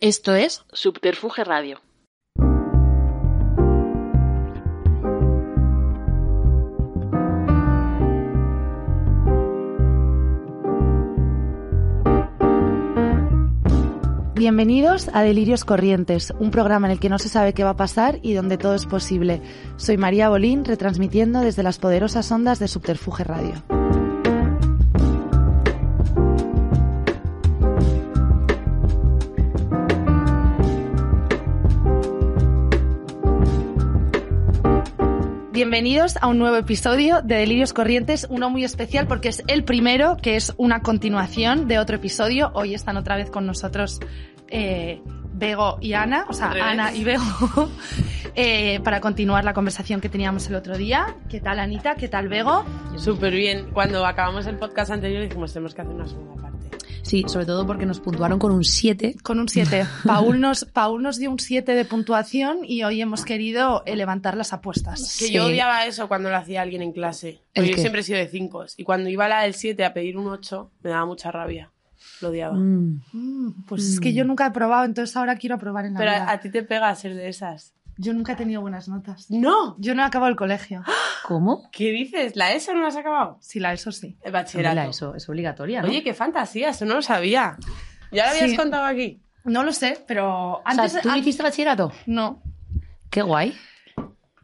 Esto es Subterfuge Radio. Bienvenidos a Delirios Corrientes, un programa en el que no se sabe qué va a pasar y donde todo es posible. Soy María Bolín, retransmitiendo desde las poderosas ondas de Subterfuge Radio. Bienvenidos a un nuevo episodio de Delirios Corrientes, uno muy especial porque es el primero, que es una continuación de otro episodio. Hoy están otra vez con nosotros eh, Bego y Ana, o sea, Otra vez. Ana y Bego, eh, para continuar la conversación que teníamos el otro día. ¿Qué tal Anita? ¿Qué tal Bego? Súper bien. Cuando acabamos el podcast anterior dijimos, tenemos que hacer una segunda parte. Sí, sobre todo porque nos puntuaron con un 7. Con un 7. Paul nos, Paul nos dio un 7 de puntuación y hoy hemos querido eh, levantar las apuestas. Que Sí. yo odiaba eso cuando lo hacía alguien en clase. ¿El Porque yo qué? siempre he sido de 5. Y cuando iba la del 7 a pedir un 8, me daba mucha rabia. Lo odiaba. Mm. Mm, pues es que yo nunca he probado, entonces ahora quiero probar en la Pero vida. a, a ti te pega ser de esas. Yo nunca he tenido buenas notas. ¡No! Yo no he acabado el colegio. ¿Cómo? ¿Qué dices? ¿La ESO no la has acabado? Sí, la ESO sí. El bachillerato. Mira, eso es obligatoria, ¿no? Oye, qué fantasía, eso no lo sabía. ¿Ya lo habías Sí. contado aquí? No lo sé, pero O sea, antes... ¿tú an- hiciste bachillerato? No, Qué guay.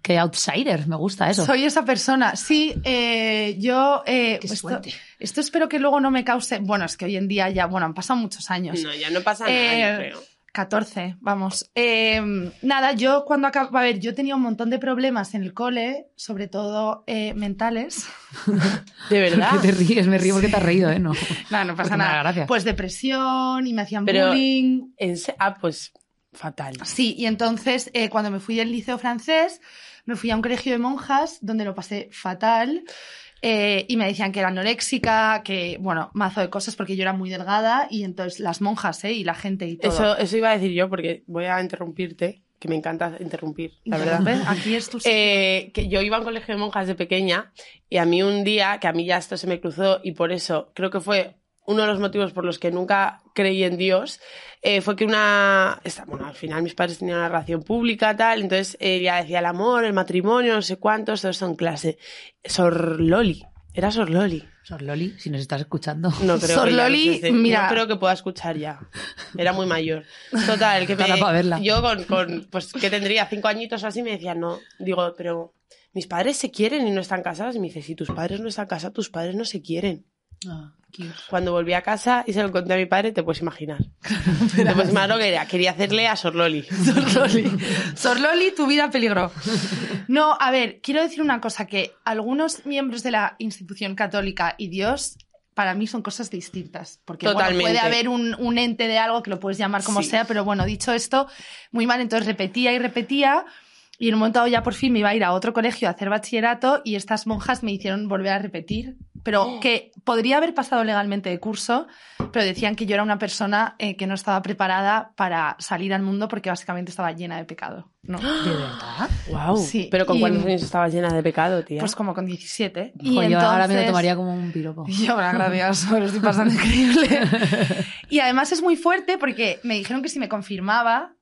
Qué outsider, me gusta eso. soy esa persona. Sí, eh, yo... eh, Qué esto, suerte. esto espero que luego no me cause... Bueno, es que hoy en día ya... Bueno, han pasado muchos años. No, ya no pasa nada, Eh, yo creo. 14, vamos. Eh, nada, yo cuando acabo... A ver, yo tenía un montón de problemas en el cole, sobre todo eh, mentales. De verdad. ¿Por qué te ríes? Me río porque te has reído, ¿eh? No. No, no pasa Pues nada, nada. gracias. Pues depresión y me hacían Pero- bullying. En se- Ah, pues fatal. Sí, y entonces eh, cuando me fui del liceo francés, me fui a un colegio de monjas donde lo pasé fatal. eh, y me decían que era anoréxica, que, bueno, mazo de cosas porque yo era muy delgada y entonces las monjas, ¿eh? Y la gente y todo. Eso, eso iba a decir yo porque voy a interrumpirte, que me encanta interrumpir, la verdad. Interrumpe, Aquí es tu... Eh, que yo iba a un colegio de monjas de pequeña y a mí un día, que a mí ya esto se me cruzó y por eso creo que fue uno de los motivos por los que nunca creí en Dios, eh, fue que una... esta- bueno, al final mis padres tenían una relación pública, tal, entonces eh, ya decía el amor, el matrimonio, no sé cuántos, todos son clase. Sor Loli, era Sor Loli. Sor Loli, si nos estás escuchando. No creo, Sor que ya Loli, nos esté- mira. no creo que pueda escuchar ya. Era muy mayor. Total, que me- Para pa' verla. yo con, con, pues que tendría cinco añitos o así me decía, no, digo, pero mis padres se quieren y no están casados. Y me dice, si tus padres no están casados, tus padres no se quieren. Cuando volví a casa y se lo conté a mi padre, te puedes imaginar. te puedes imaginar lo que era. Quería hacerle a Sor Loli. Sorloli. Sorloli, tu vida peligro. No, a ver, quiero decir una cosa, que algunos miembros de la institución católica y Dios... Para mí son cosas distintas, porque bueno, puede Totalmente. haber un, un ente de algo que lo puedes llamar como Sí. sea, pero bueno, dicho esto, muy mal, entonces repetía y repetía, y en un momento dado ya por fin me iba a ir a otro colegio a hacer bachillerato y estas monjas me hicieron volver a repetir, pero que podría haber pasado legalmente de curso, pero decían que yo era una persona eh, que no estaba preparada para salir al mundo porque básicamente estaba llena de pecado. ¿no? ¿De verdad? Wow. Sí, Pero con y- cuántos años estabas llena de pecado, tía. Pues como con 17. Joder, yo ahora me lo tomaría como un piropo. Y ahora, gracias, me lo estoy pasando increíble. Y además es muy fuerte porque me dijeron que si me confirmaba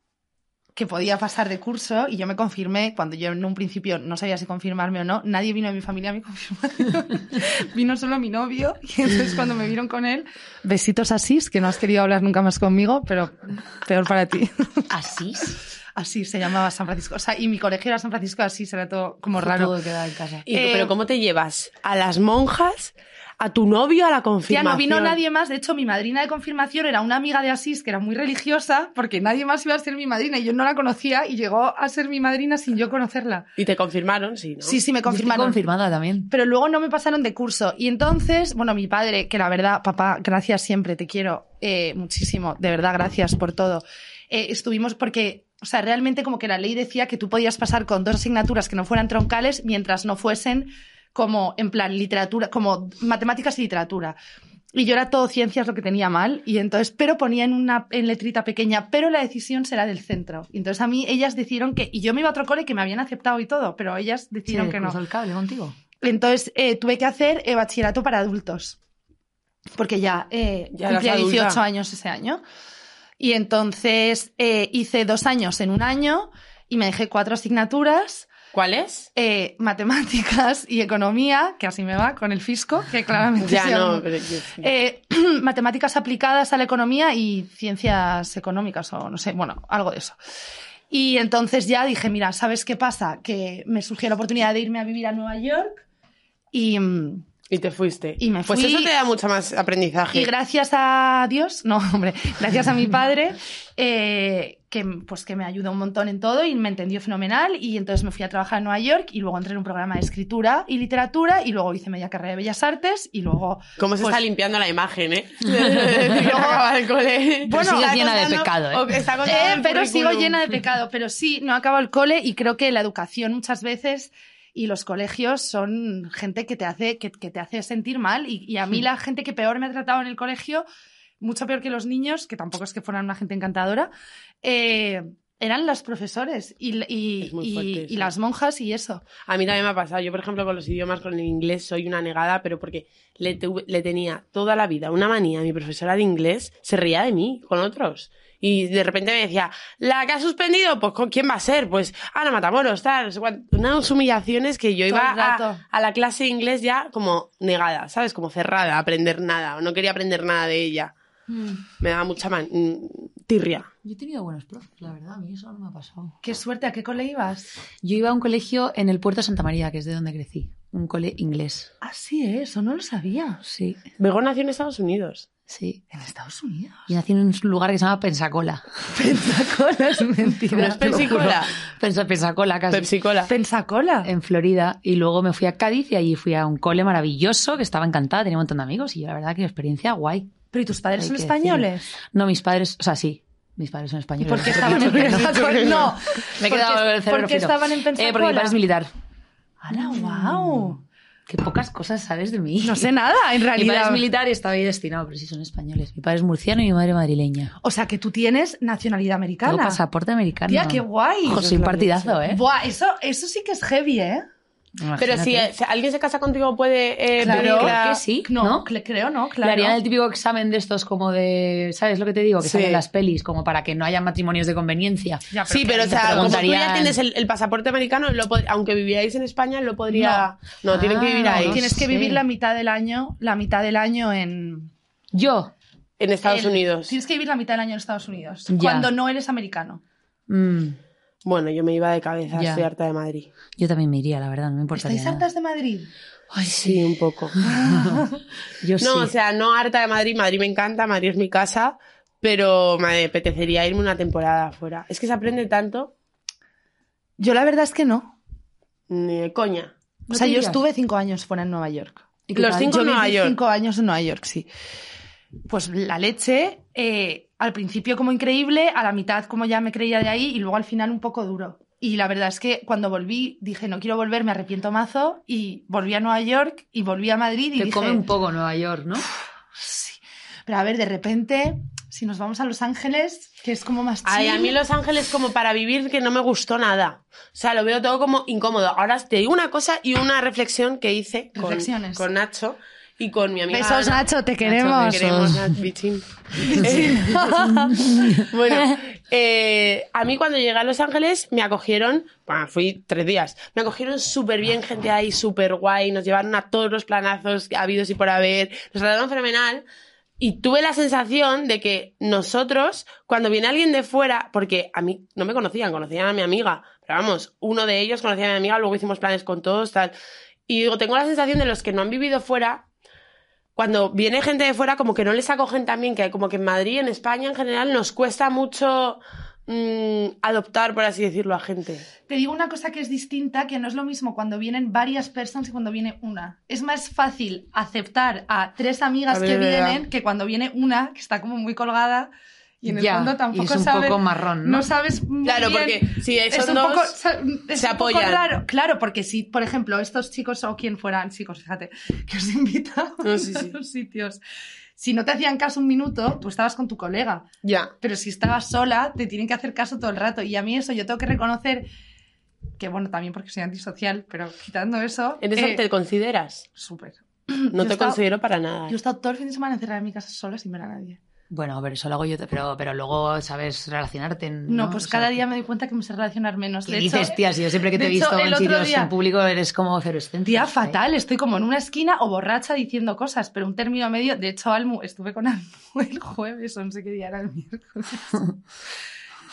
que podía pasar de curso y yo me confirmé cuando yo en un principio no sabía si confirmarme o no. Nadie vino de mi familia a mi confirmación. vino solo mi novio y entonces cuando me vieron con él, besitos a Sis, que no has querido hablar nunca más conmigo, pero peor para ti. ¿Asís? Así se llamaba San Francisco. O sea, y mi colegio era San Francisco, así será todo como raro. Todo queda en casa. Y- eh, pero ¿cómo te llevas? ¿A las monjas? ¿A tu novio? ¿A la Ya confirmación? no vino nadie más. De hecho, mi madrina de confirmación era una amiga de Asís que era muy religiosa, porque nadie más iba a ser mi madrina y yo no la conocía y llegó a ser mi madrina sin yo conocerla. ¿Y te confirmaron? Sí, ¿no? Sí, sí, me Yo estoy confirmaron. confirmada también. Em, pero luego no me pasaron de curso. Y entonces, bueno, mi padre, que la verdad, papá, gracias siempre, te quiero eh, muchísimo, de verdad, gracias por todo. Eh, estuvimos porque, o sea, realmente como que la ley decía que tú podías pasar con dos asignaturas que no fueran troncales mientras no fuesen como, en plan, literatura, como matemáticas y literatura. Y yo era todo ciencias lo que tenía mal, y entonces, pero ponía en una en letrita pequeña, pero la decisión será del centro. Y entonces a mí ellas decidieron que, y yo me iba a otro cole que me habían aceptado y todo, pero ellas Sí, decidieron que no. el cable contigo. Entonces eh, tuve que hacer eh, bachillerato para adultos. Porque ya, eh, Ya eras cumplía adulta. 18 años ese año. Y entonces eh, hice dos años en un año y me dejé cuatro asignaturas, ¿Cuál es? eh, matemáticas y economía, que así me va con el fisco, que claramente Ya sí, no, aún- pero yo- eh, matemáticas aplicadas a la economía y ciencias económicas o no sé, bueno, algo de eso. Y entonces ya dije, mira, ¿sabes qué pasa? Que me surgió la oportunidad de irme a vivir a Nueva York y, mm, Y te fuiste. y me pues fui. eso te da mucho más aprendizaje. y gracias a Dios, no, hombre, gracias a mi padre, eh, que, pues, que me ayudó un montón en todo y me entendió fenomenal. Y entonces me fui a trabajar a Nueva York y luego entré en un programa de escritura y literatura y luego hice media carrera de Bellas Artes y luego ¿Cómo se Pues- está limpiando la imagen, eh? Luego acaba el cole. Bueno, Está sigues llena de contando- pecado, ¿eh? o que está contando Eh, el pero sigo currículum. llena de pecado. Pero sí, no acabo el cole y creo que la educación muchas veces y los colegios son gente que te hace, que, que te hace sentir mal. Y, y a mí la gente que peor me ha tratado en el colegio, mucho peor que los niños, que tampoco es que fueran una gente encantadora, eh, eran los profesores y, y- Es muy y- fuerte y eso. las monjas y eso. A mí también me ha pasado. Yo, por ejemplo, con los idiomas, con el inglés, soy una negada, pero porque le, tuve- le tenía toda la vida una manía. Mi profesora de inglés se reía de mí con otros. Y de repente me decía, la que ha suspendido, pues ¿con quién va a ser? Pues Ana Matamoros, tal. no sé cuánto. Unas humillaciones que yo Todo iba el a, rato. a la clase de inglés ya como negada, ¿sabes? Como cerrada, a aprender nada. o No quería aprender nada de ella. Mm. Me daba mucha man- mm, tirria. Yo he tenido buenos profes, la verdad, a mí eso no me ha pasado. Qué suerte, ¿a qué cole ibas? Yo iba a un colegio en el puerto de Santa María, que es de donde crecí, un cole inglés. Así es, eso no lo sabía. Sí, Vegón nació en Estados Unidos. sí. En Estados Unidos. Y nací en un lugar que se llama Pensacola. Pensacola es mentira. ¿No es te lo juro. Pensacola? Pensa- Pensacola casi. Pepsicola. Pensacola. en Florida y luego me fui a Cádiz y allí fui a un cole maravilloso que estaba encantada, tenía un montón de amigos y yo la verdad que experiencia guay. Pero ¿y tus padres Hay son que españoles? No, mis padres, o sea, sí, mis padres son españoles. ¿Por qué No sé estaban en qué- no sé Pensacola? qué- No. Me he ¿Por qué- quedado el cerebro ¿Por qué frito. estaban en Pensacola? Eh, porque mi padre es militar. ¡Hala, guau! Qué pocas cosas sabes de mí. No sé nada, en Mi padre realidad. es militar y estaba ahí destinado, pero sí son españoles. Mi padre es murciano y mi madre madrileña. O sea, que tú tienes nacionalidad americana. Tengo pasaporte americano. Tía, qué guay. Ojo, soy un partidazo, ¿eh? Buah, eso, eso sí que es heavy, ¿eh? Pero Imagínate. si, eh, si alguien se casa contigo puede eh, Claro. pedir la- Creo que sí, No, ¿no? cre- creo no, Le harían claro. el típico examen de estos como de, ¿sabes lo que te digo? Que Sí. salen las pelis, como para que no haya matrimonios de conveniencia. Ya, Sí, pero o te sea, como tú ya preguntarían- tienes el, el pasaporte americano, lo pod- aunque vivierais en España, lo podría. No, tienen que vivir Ah, ahí. no Tienes sé. que vivir la mitad del año, la mitad del año en Yo, En Estados en- Unidos. Tienes que vivir la mitad del año en Estados Unidos. Ya. Cuando no eres americano. mm, Bueno, yo me iba de cabeza, Ya. estoy harta de Madrid. yo también me iría, la verdad, no me importa. ¿Estáis hartas de Madrid? Ay, Sí, sí, un poco. yo sí. No, o sea, no harta de Madrid, Madrid me encanta, Madrid es mi casa, pero me apetecería irme una temporada afuera. Es que se aprende tanto, Yo la verdad es que no. ni de coña. O ¿No sea, te yo irías? estuve cinco años fuera en Nueva York. ¿Y qué Los tal? cinco Yo en Nueva viví York. cinco años en Nueva York, sí. Pues la leche, eh, al principio como increíble, a la mitad como ya me creía de ahí y luego al final un poco duro. Y la verdad es que cuando volví dije, no quiero volver, me arrepiento mazo y volví a Nueva York y volví a Madrid y Te dije, come un poco Nueva York, ¿no? sí. Pero a ver, de repente, si nos vamos a Los Ángeles, que es como más chill. Ay, a mí Los Ángeles como para vivir que no me gustó nada. O sea, lo veo todo como incómodo. Ahora te digo una cosa y una reflexión que hice con, Reflexiones. con Nacho y con mi amiga. Besos, Ana. Nacho, te Te queremos. queremos, Nat, bichín. Eh, bueno, eh, a mí cuando llegué a Los Ángeles me acogieron, bueno, fui tres días, me acogieron súper bien, gente ahí súper guay, nos llevaron a todos los planazos habidos y por haber, nos trataron fenomenal. Y tuve la sensación de que nosotros, cuando viene alguien de fuera, porque a mí no me conocían, conocían a mi amiga, pero vamos, uno de ellos conocía a mi amiga, luego hicimos planes con todos, tal. Y digo, tengo la sensación de los que no han vivido fuera, cuando viene gente de fuera, como que no les acogen también, que como que en Madrid, en España en general, nos cuesta mucho mm, adoptar, por así decirlo, a gente. Te digo una cosa que es distinta, que no es lo mismo cuando vienen varias personas que cuando viene una. Es más fácil aceptar a tres amigas A ver, que verdad. vienen que cuando viene una que está como muy colgada y en el Ya, fondo y es tampoco un sabes. poco marrón, ¿no? No sabes muy Claro, bien. porque si son es un dos, poco, sa- es se un poco apoyan. raro. Claro, porque si, por ejemplo, estos chicos o quien fueran, chicos, fíjate, que os invitaban No, sí, sí. a los sitios. Si no te hacían caso un minuto, tú estabas con tu colega ya. pero si estabas sola, te tienen que hacer caso todo el rato. Y a mí eso, yo tengo que reconocer que, bueno, también porque soy antisocial, pero quitando eso, ¿En eso eh, te consideras? súper. No yo te estaba- considero para nada. Yo he estado todo el fin de semana encerrada en mi casa sola sin ver a nadie. Bueno, pero eso lo hago yo, te- pero, pero luego sabes relacionarte. No, ¿no? pues O sea, cada día me doy cuenta que me sé relacionar menos. ¿qué De hecho, dices, tía, si yo siempre que te de he visto hecho, el en otro sitios día- en público eres como efervescente. Día no sé. fatal, estoy como en una esquina o borracha diciendo cosas, pero un término medio. De hecho, Almu, estuve con Almu el jueves o no sé qué día era el miércoles.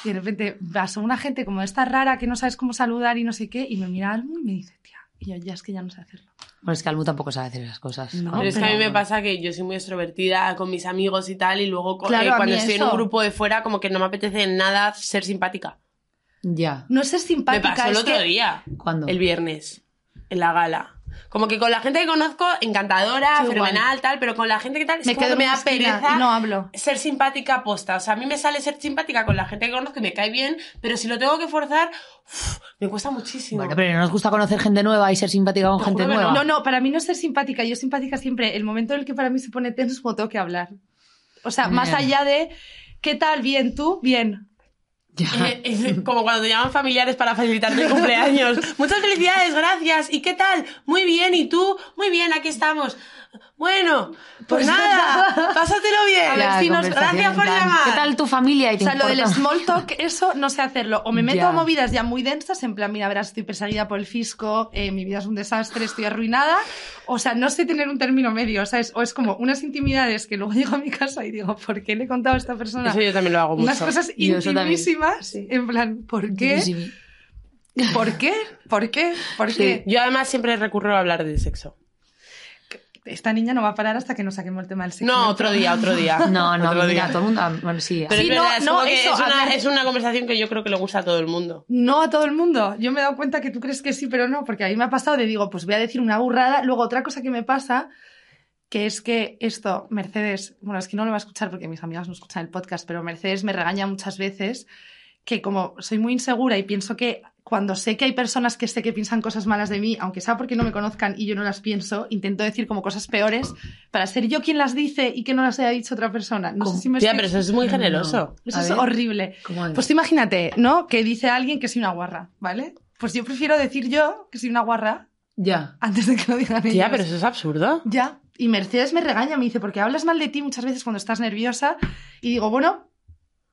Y de repente pasó una gente como esta rara que no sabes cómo saludar y no sé qué, y me mira Almu y me dice, tía, y yo ya es que ya no sé hacerlo. Bueno, es que Almu tampoco sabe hacer esas cosas. No, Pero es que a mí me bueno. pasa que yo soy muy extrovertida con mis amigos y tal, y luego co- Claro, eh, a mí cuando estoy en eso. un grupo de fuera, como que no me apetece nada ser simpática. Ya. No es ser simpática. me pasó el es otro que- día, ¿Cuándo? el viernes, en la gala. Como que con la gente que conozco, encantadora, Sí, igual. fenomenal, tal, pero con la gente que tal, es Me como quedo que me en da una esquina pereza y no hablo. ser simpática posta. O sea, a mí me sale ser simpática con la gente que conozco y me cae bien, pero si lo tengo que forzar, uf, me cuesta muchísimo. Bueno, pero no nos gusta conocer gente nueva y ser simpática con Te gente juro que nueva. No, no, para mí no es ser simpática. Yo simpática siempre. El momento en el que para mí se pone tenso es cuando tengo que hablar. O sea, más Ya. allá de, ¿qué tal? Bien, tú, bien. Ya. Eh, eh, Como cuando te llaman familiares para facilitarte el cumpleaños. Muchas felicidades, gracias. ¿Y qué tal? Muy bien, ¿y tú? Muy bien, aquí estamos. Bueno, pues, Pues nada, nada. pásatelo bien. A ver Ya, si nos- conversación gracias en por plan, llamar. ¿Qué tal tu familia? ¿Y O te sea, lo del importa? small talk, eso no sé hacerlo. O me meto Ya. a movidas ya muy densas, en plan, mira, verás, estoy perseguida por el fisco, eh, mi vida es un desastre, estoy arruinada. O sea, no sé tener un término medio, o sea, es, o es como unas intimidades que luego llego a mi casa y digo, ¿por qué le he contado a esta persona? Eso yo también lo hago mucho. unas cosas Yo eso también. intimísimas, en plan, ¿por qué? Sí, sí. ¿Por qué? ¿Por qué? ¿Por qué? Yo además siempre recurro a hablar de sexo. Esta niña no va a parar hasta que no saquemos el tema del sexo. No, otro día, otro día. No, no, otro mira, día. todo el mundo. ah, Bueno, sí. Pero Sí, es no, verdad, es, no, como que eso, es una, hablar- es una conversación que yo creo que le gusta a todo el mundo. No a todo el mundo. Yo me he dado cuenta que tú crees que sí, pero no, porque a mí me ha pasado de digo, pues voy a decir una burrada. Luego otra cosa que me pasa, que es que esto, Mercedes, bueno, es que no lo va a escuchar porque mis amigas no escuchan el podcast, pero Mercedes me regaña muchas veces que como soy muy insegura y pienso que cuando sé que hay personas que sé que piensan cosas malas de mí, aunque sea porque no me conozcan y yo no las pienso, intento decir como cosas peores para ser yo quien las dice y que no las haya dicho otra persona. No ¿Cómo? sé si me Tía, estoy- pero eso es muy generoso. Eso A es ver. horrible. ¿Cómo es? Pues tú imagínate, ¿no? Que dice alguien que soy una guarra, ¿vale? Pues yo prefiero decir yo que soy una guarra ya. antes de que lo digan ellos. Tía, pero eso es absurdo. Ya. Y Mercedes me regaña, me dice, porque hablas mal de ti muchas veces cuando estás nerviosa. Y digo, bueno,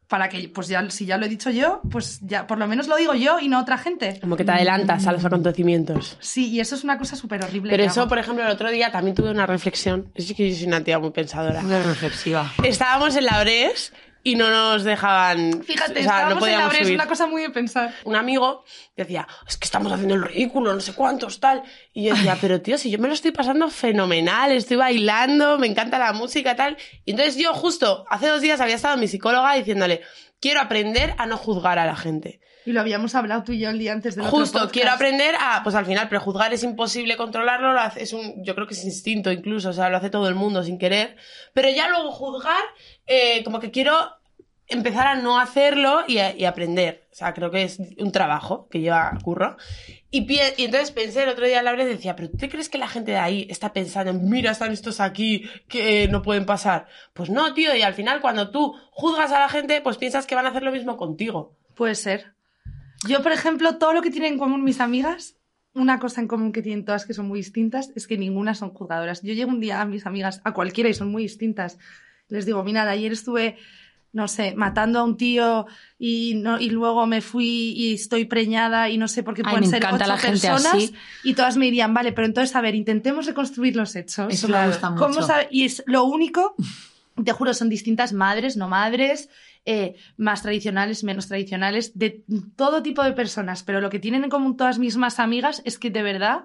para que, pues ya, si ya lo he dicho yo, pues ya, por lo menos lo digo yo y no otra gente. Como que te adelantas a los acontecimientos. Sí, y eso es una cosa súper horrible. Pero que eso, hago. por ejemplo, el otro día también tuve una reflexión. Es que yo soy una tía muy pensadora. Muy reflexiva. Estábamos en la Ores y no nos dejaban. Fíjate, o sea, estábamos no en la podíamos breve, es subir. una cosa muy de pensar. Un amigo decía, es que estamos haciendo el ridículo, no sé cuántos, tal. Y yo decía, pero tío, si yo me lo estoy pasando fenomenal, estoy bailando, me encanta la música, tal. Y entonces yo justo hace dos días había estado mi psicóloga diciéndole, quiero aprender a no juzgar a la gente. Y lo habíamos hablado tú y yo el día antes del otro Justo, podcast. quiero aprender a, pues al final, prejuzgar es imposible controlarlo, lo hace- es un, yo creo que es instinto incluso, o sea, lo hace todo el mundo sin querer, pero ya luego juzgar, eh, como que quiero empezar a no hacerlo y, a- y aprender, o sea, creo que es un trabajo que lleva curro. Y, pie- y entonces pensé el otro día, Laura, y decía, pero ¿tú te crees que la gente de ahí está pensando, mira, están estos aquí que eh, no pueden pasar? Pues no, tío, y al final cuando tú juzgas a la gente, pues piensas que van a hacer lo mismo contigo. Puede ser. Yo, por ejemplo, todo lo que tienen en común mis amigas, una cosa en común que tienen todas que son muy distintas es que ninguna son juzgadoras. Yo llego un día a mis amigas, a cualquiera, y son muy distintas. Les digo, mirad, ayer estuve, no sé, matando a un tío y, no, y luego me fui y estoy preñada y no sé por qué Ay, pueden me ser encanta ocho la gente personas. así. Y todas me dirían, vale, pero entonces, a ver, intentemos reconstruir los hechos. Eso claro. me gusta mucho. ¿Cómo sabe? Y es lo único, te juro, son distintas madres, no madres, eh, más tradicionales, menos tradicionales, de todo tipo de personas. Pero lo que tienen en común todas mis más amigas es que de verdad,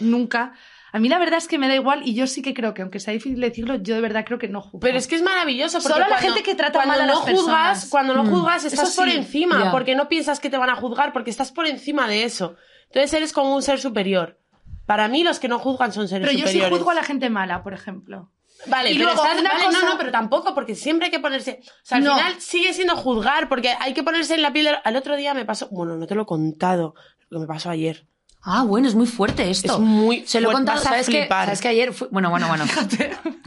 nunca. A mí la verdad es que me da igual y yo sí que creo que, aunque sea difícil decirlo, yo de verdad creo que no juzgo. Pero es que es maravilloso. Porque Solo la cuando- gente que trata cuando mal a no las juzgas, personas. Cuando no Mm. juzgas, Eso estás por sí. encima, Ya. porque no piensas que te van a juzgar, porque estás por encima de eso. Entonces eres como un ser superior. Para mí, los que no juzgan son seres Pero yo sí superiores. juzgo a la gente mala, por ejemplo. Vale, Y pero luego, estás- una vale, cosa- no, no, pero tampoco, porque siempre hay que ponerse. O sea, al No. final sigue siendo juzgar, porque hay que ponerse en la piel. del- Al otro día me pasó. Bueno, no te lo he contado, lo que me pasó ayer. Ah, bueno, es muy fuerte esto. Es muy Se lo he fuerte. contado, Vas a ¿sabes qué? flipar. ¿Sabes que ayer fue... Bueno, bueno, bueno.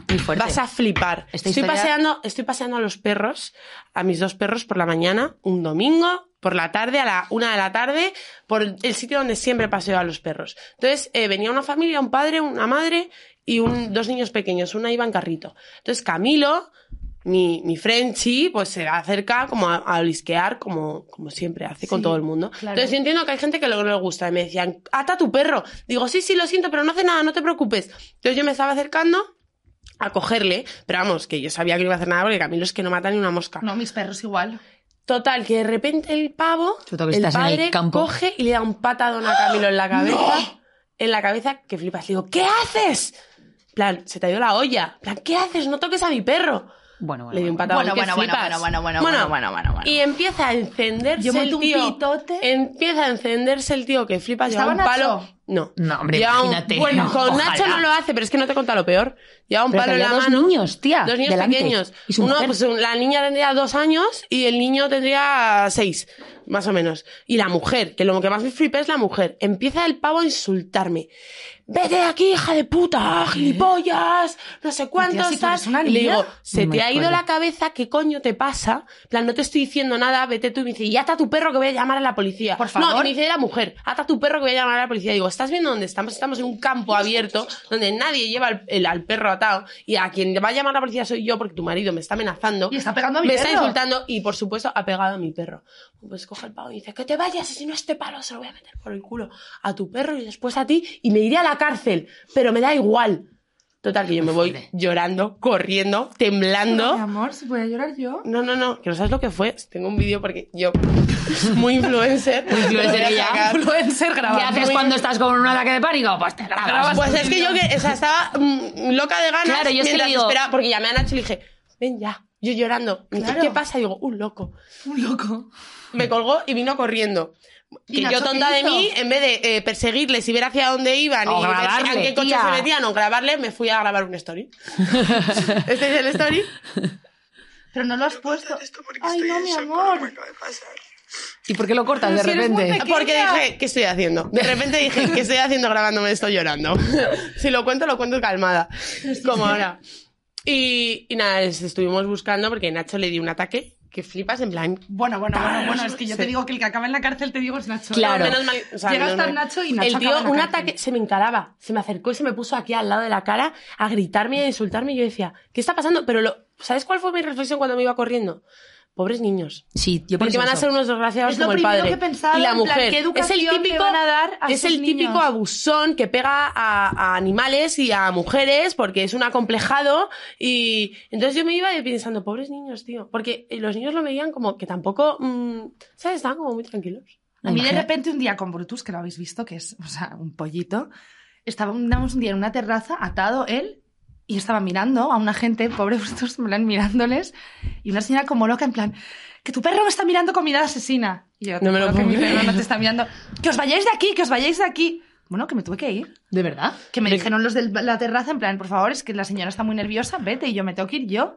Muy fuerte. Vas a flipar. Esta Estoy historia- paseando, estoy paseando a los perros, a mis dos perros por la mañana, un domingo, por la tarde, a la una de la tarde, por el sitio donde siempre paseo a los perros. Entonces, eh, venía una familia, un padre, una madre y un- dos niños pequeños, una iba en carrito. Entonces, Camilo, mi, mi Frenchy pues se acerca como a, a olisquear como, como siempre hace con Sí, todo el mundo. claro. Entonces yo entiendo que hay gente que lo que no le gusta y me decían, ata a tu perro. Digo, sí, sí, lo siento, pero no hace nada, no te preocupes. Entonces yo me estaba acercando a cogerle, pero vamos, que yo sabía que no iba a hacer nada porque Camilo es que no mata ni una mosca. No, mis perros igual. Total, que de repente el pavo, Sobre todo que el estás en el padre campo. coge y le da un patadón a Camilo en la cabeza. En la cabeza, que flipas. Le digo, ¿qué haces? En plan, se te ha ido la olla. En plan, ¿qué haces? No toques a mi perro. Bueno, bueno. Le di un bueno. patadón Bueno, que bueno, bueno, flipas. bueno, bueno, bueno, bueno, bueno, bueno, bueno. Y empieza a encenderse Yo monté el un tío. pitote. Empieza a encenderse el tío que flipas. Lleva ¿Estaba un palo. Nacho? No. No, hombre, Lleva un- imagínate. Bueno, no, con ojalá. Nacho no lo hace, pero es que no te conta lo peor. Lleva un Pero que palo en había la dos mano. niños, tía. Dos niños delante. pequeños. Y su Uno, mujer. pues la niña tendría dos años y el niño tendría seis, más o menos. Y la mujer, que lo que más me flipa es la mujer. Empieza el pavo a insultarme. Vete de aquí, hija de puta, gilipollas, no sé cuánto Tía, si tú estás. eres una Y le niña. digo, se No te me ha ido acuerdo. la cabeza, ¿qué coño te pasa? En plan, no te estoy diciendo nada, vete tú y me dice, y ata a tu perro que voy a llamar a la policía. Por No, y favor. me dice la mujer, ata a tu perro que voy a llamar a la policía. Digo, ¿estás viendo dónde estamos? Estamos en un campo abierto donde nadie lleva al, el- al perro atado y a quien le va a llamar a la policía soy yo porque tu marido me está amenazando. Y está pegando a mi me perro. está insultando y, por supuesto, ha pegado a mi perro. Pues coge el pavo y dice, que te vayas, si no este palo se lo voy a meter por el culo a tu perro y después a ti y me iré a la cárcel, pero me da igual. Total, que yo me voy Joder. llorando, corriendo, temblando. Mi amor, si voy a llorar yo. No, no, no, que no sabes lo que fue. Tengo un vídeo porque yo, muy influencer. Muy influencer lo voy a ella. sacar. Influencer ¿Qué grabando. haces cuando estás con un ataque de pánico? Pues te grabas. Pues es que yo que, o sea, estaba mm, loca de ganas Claro, yo es que mientras le digo- esperaba, porque llamé a Nacho y le dije, ven ya, yo llorando. Me dice, Claro. ¿Qué pasa? Y digo, un loco. Un loco. Me colgó y vino corriendo. ¿Y Que Nacho yo qué tonta de hizo? mí, en vez de eh, perseguirles y ver hacia dónde iban O y ver grabarle, a qué coche tía. se metían o grabarle, me fui a grabar un story. este es el story. Pero no lo has puesto. esto porque Ay, estoy no, en mi shock por amor. lo que acaba de pasar. ¿Y por qué lo cortas de Pero si eres muy repente? pequeña. Porque dije, ¿qué estoy haciendo? De repente dije, ¿qué estoy haciendo grabándome esto llorando? si lo cuento, lo cuento calmada. Como ahora. Y, y nada, es- estuvimos buscando porque Nacho le dio un ataque que flipas en plan. Bueno, bueno, bueno, bueno, es que yo Sí. te digo que el que acaba en la cárcel te digo es Nacho. Claro. menos mal- o sea, Llega menos hasta mal. Nacho y Nacho El tío, acaba en la un cárcel. ataque, se me encaraba, se me acercó y se me puso aquí al lado de la cara a gritarme y a insultarme. Y yo decía, ¿qué está pasando? Pero lo, ¿sabes cuál fue mi reflexión cuando me iba corriendo? Pobres niños. Sí, yo Porque pienso van a eso. ser unos desgraciados Es lo como el primero padre que he pensado, y la en plan, mujer. ¿qué es el educación le típico, van a dar a es estos el típico niños? abusón que pega a, a animales y a mujeres porque es un acomplejado y entonces yo me iba pensando pobres niños, tío, porque los niños lo veían como que tampoco, mm, sabes, estaban como muy tranquilos. A mí de Imagina- repente un día con Brutus, que lo habéis visto, que es, o sea, un pollito, estábamos un día en una terraza, atado él, y estaba mirando a una gente, pobre Brutus, en plan, mirándoles, y una señora como loca, en plan, que tu perro me está mirando con mirada asesina. Y yo, No me lo "Claro que mi puedo perro creer". no te está mirando. Que os vayáis de aquí, que os vayáis de aquí. Bueno, que me tuve que ir. ¿De verdad? Que me De- dijeron los de la terraza, en plan, por favor, es que la señora está muy nerviosa, vete, y yo me tengo que ir yo.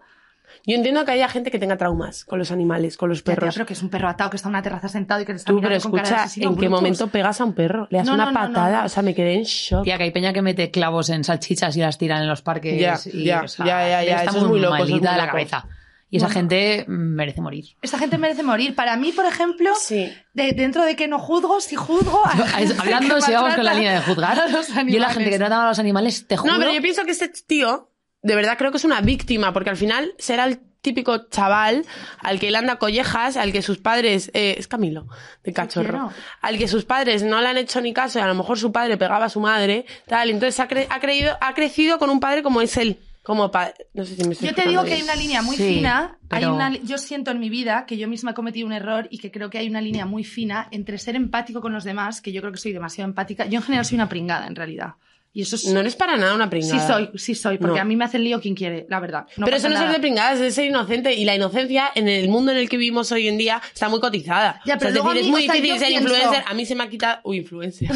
Yo entiendo que haya gente que tenga traumas con los animales, con los Ya, tía, perros. pero que es un perro atado, que está en una terraza sentado y que le está Tú, pero mirando con cara de escucha, asesino, ¿en qué Brutus. momento pegas a un perro? Le das No, una no, no, no, patada, no. o sea, me quedé en shock. Tía, que hay peña que mete clavos en salchichas y las tiran en los parques. Ya, y, ya, o sea, ya, ya, ya, Está eso es muy loco, eso es malita muy de la loco. cabeza. Y esa Bueno. gente mm, merece morir. Esta gente merece morir. Para mí, por ejemplo, Sí. de- dentro de que no juzgo, si juzgo. a la gente Hablando, que si vamos con la maltrata línea de juzgar, a los yo la gente que animales. trata mal a los animales, te juro. No, pero yo pienso que este tío, de verdad creo que es una víctima, porque al final será el típico chaval al que le anda collejas, al que sus padres... eh, es Camilo, de cachorro. quiero. Al que sus padres no le han hecho ni caso y a lo mejor su padre pegaba a su madre, tal. Entonces ha, cre- ha, creído, ha crecido con un padre como es él. Como pa- no sé si me estoy Yo te digo explicando que hay bien. una línea muy Sí, fina. hay pero- una li- yo siento en mi vida que yo misma he cometido un error y que creo que hay una línea muy fina entre ser empático con los demás, que yo creo que soy demasiado empática. Yo en general soy una pringada, en realidad. Y eso es. No eres para nada una sí pringada. soy, sí soy, porque No. a mí me hacen lío quien quiere, la verdad. pero pasa eso no es ser nada. de pringadas, es ser inocente. Y la inocencia en el mundo en el que vivimos hoy en día está muy cotizada. Ya, O sea, pero es luego decir, a es mí- muy o sea, difícil yo ser pienso- influencer. A mí se me ha quitado... Uy, influencer.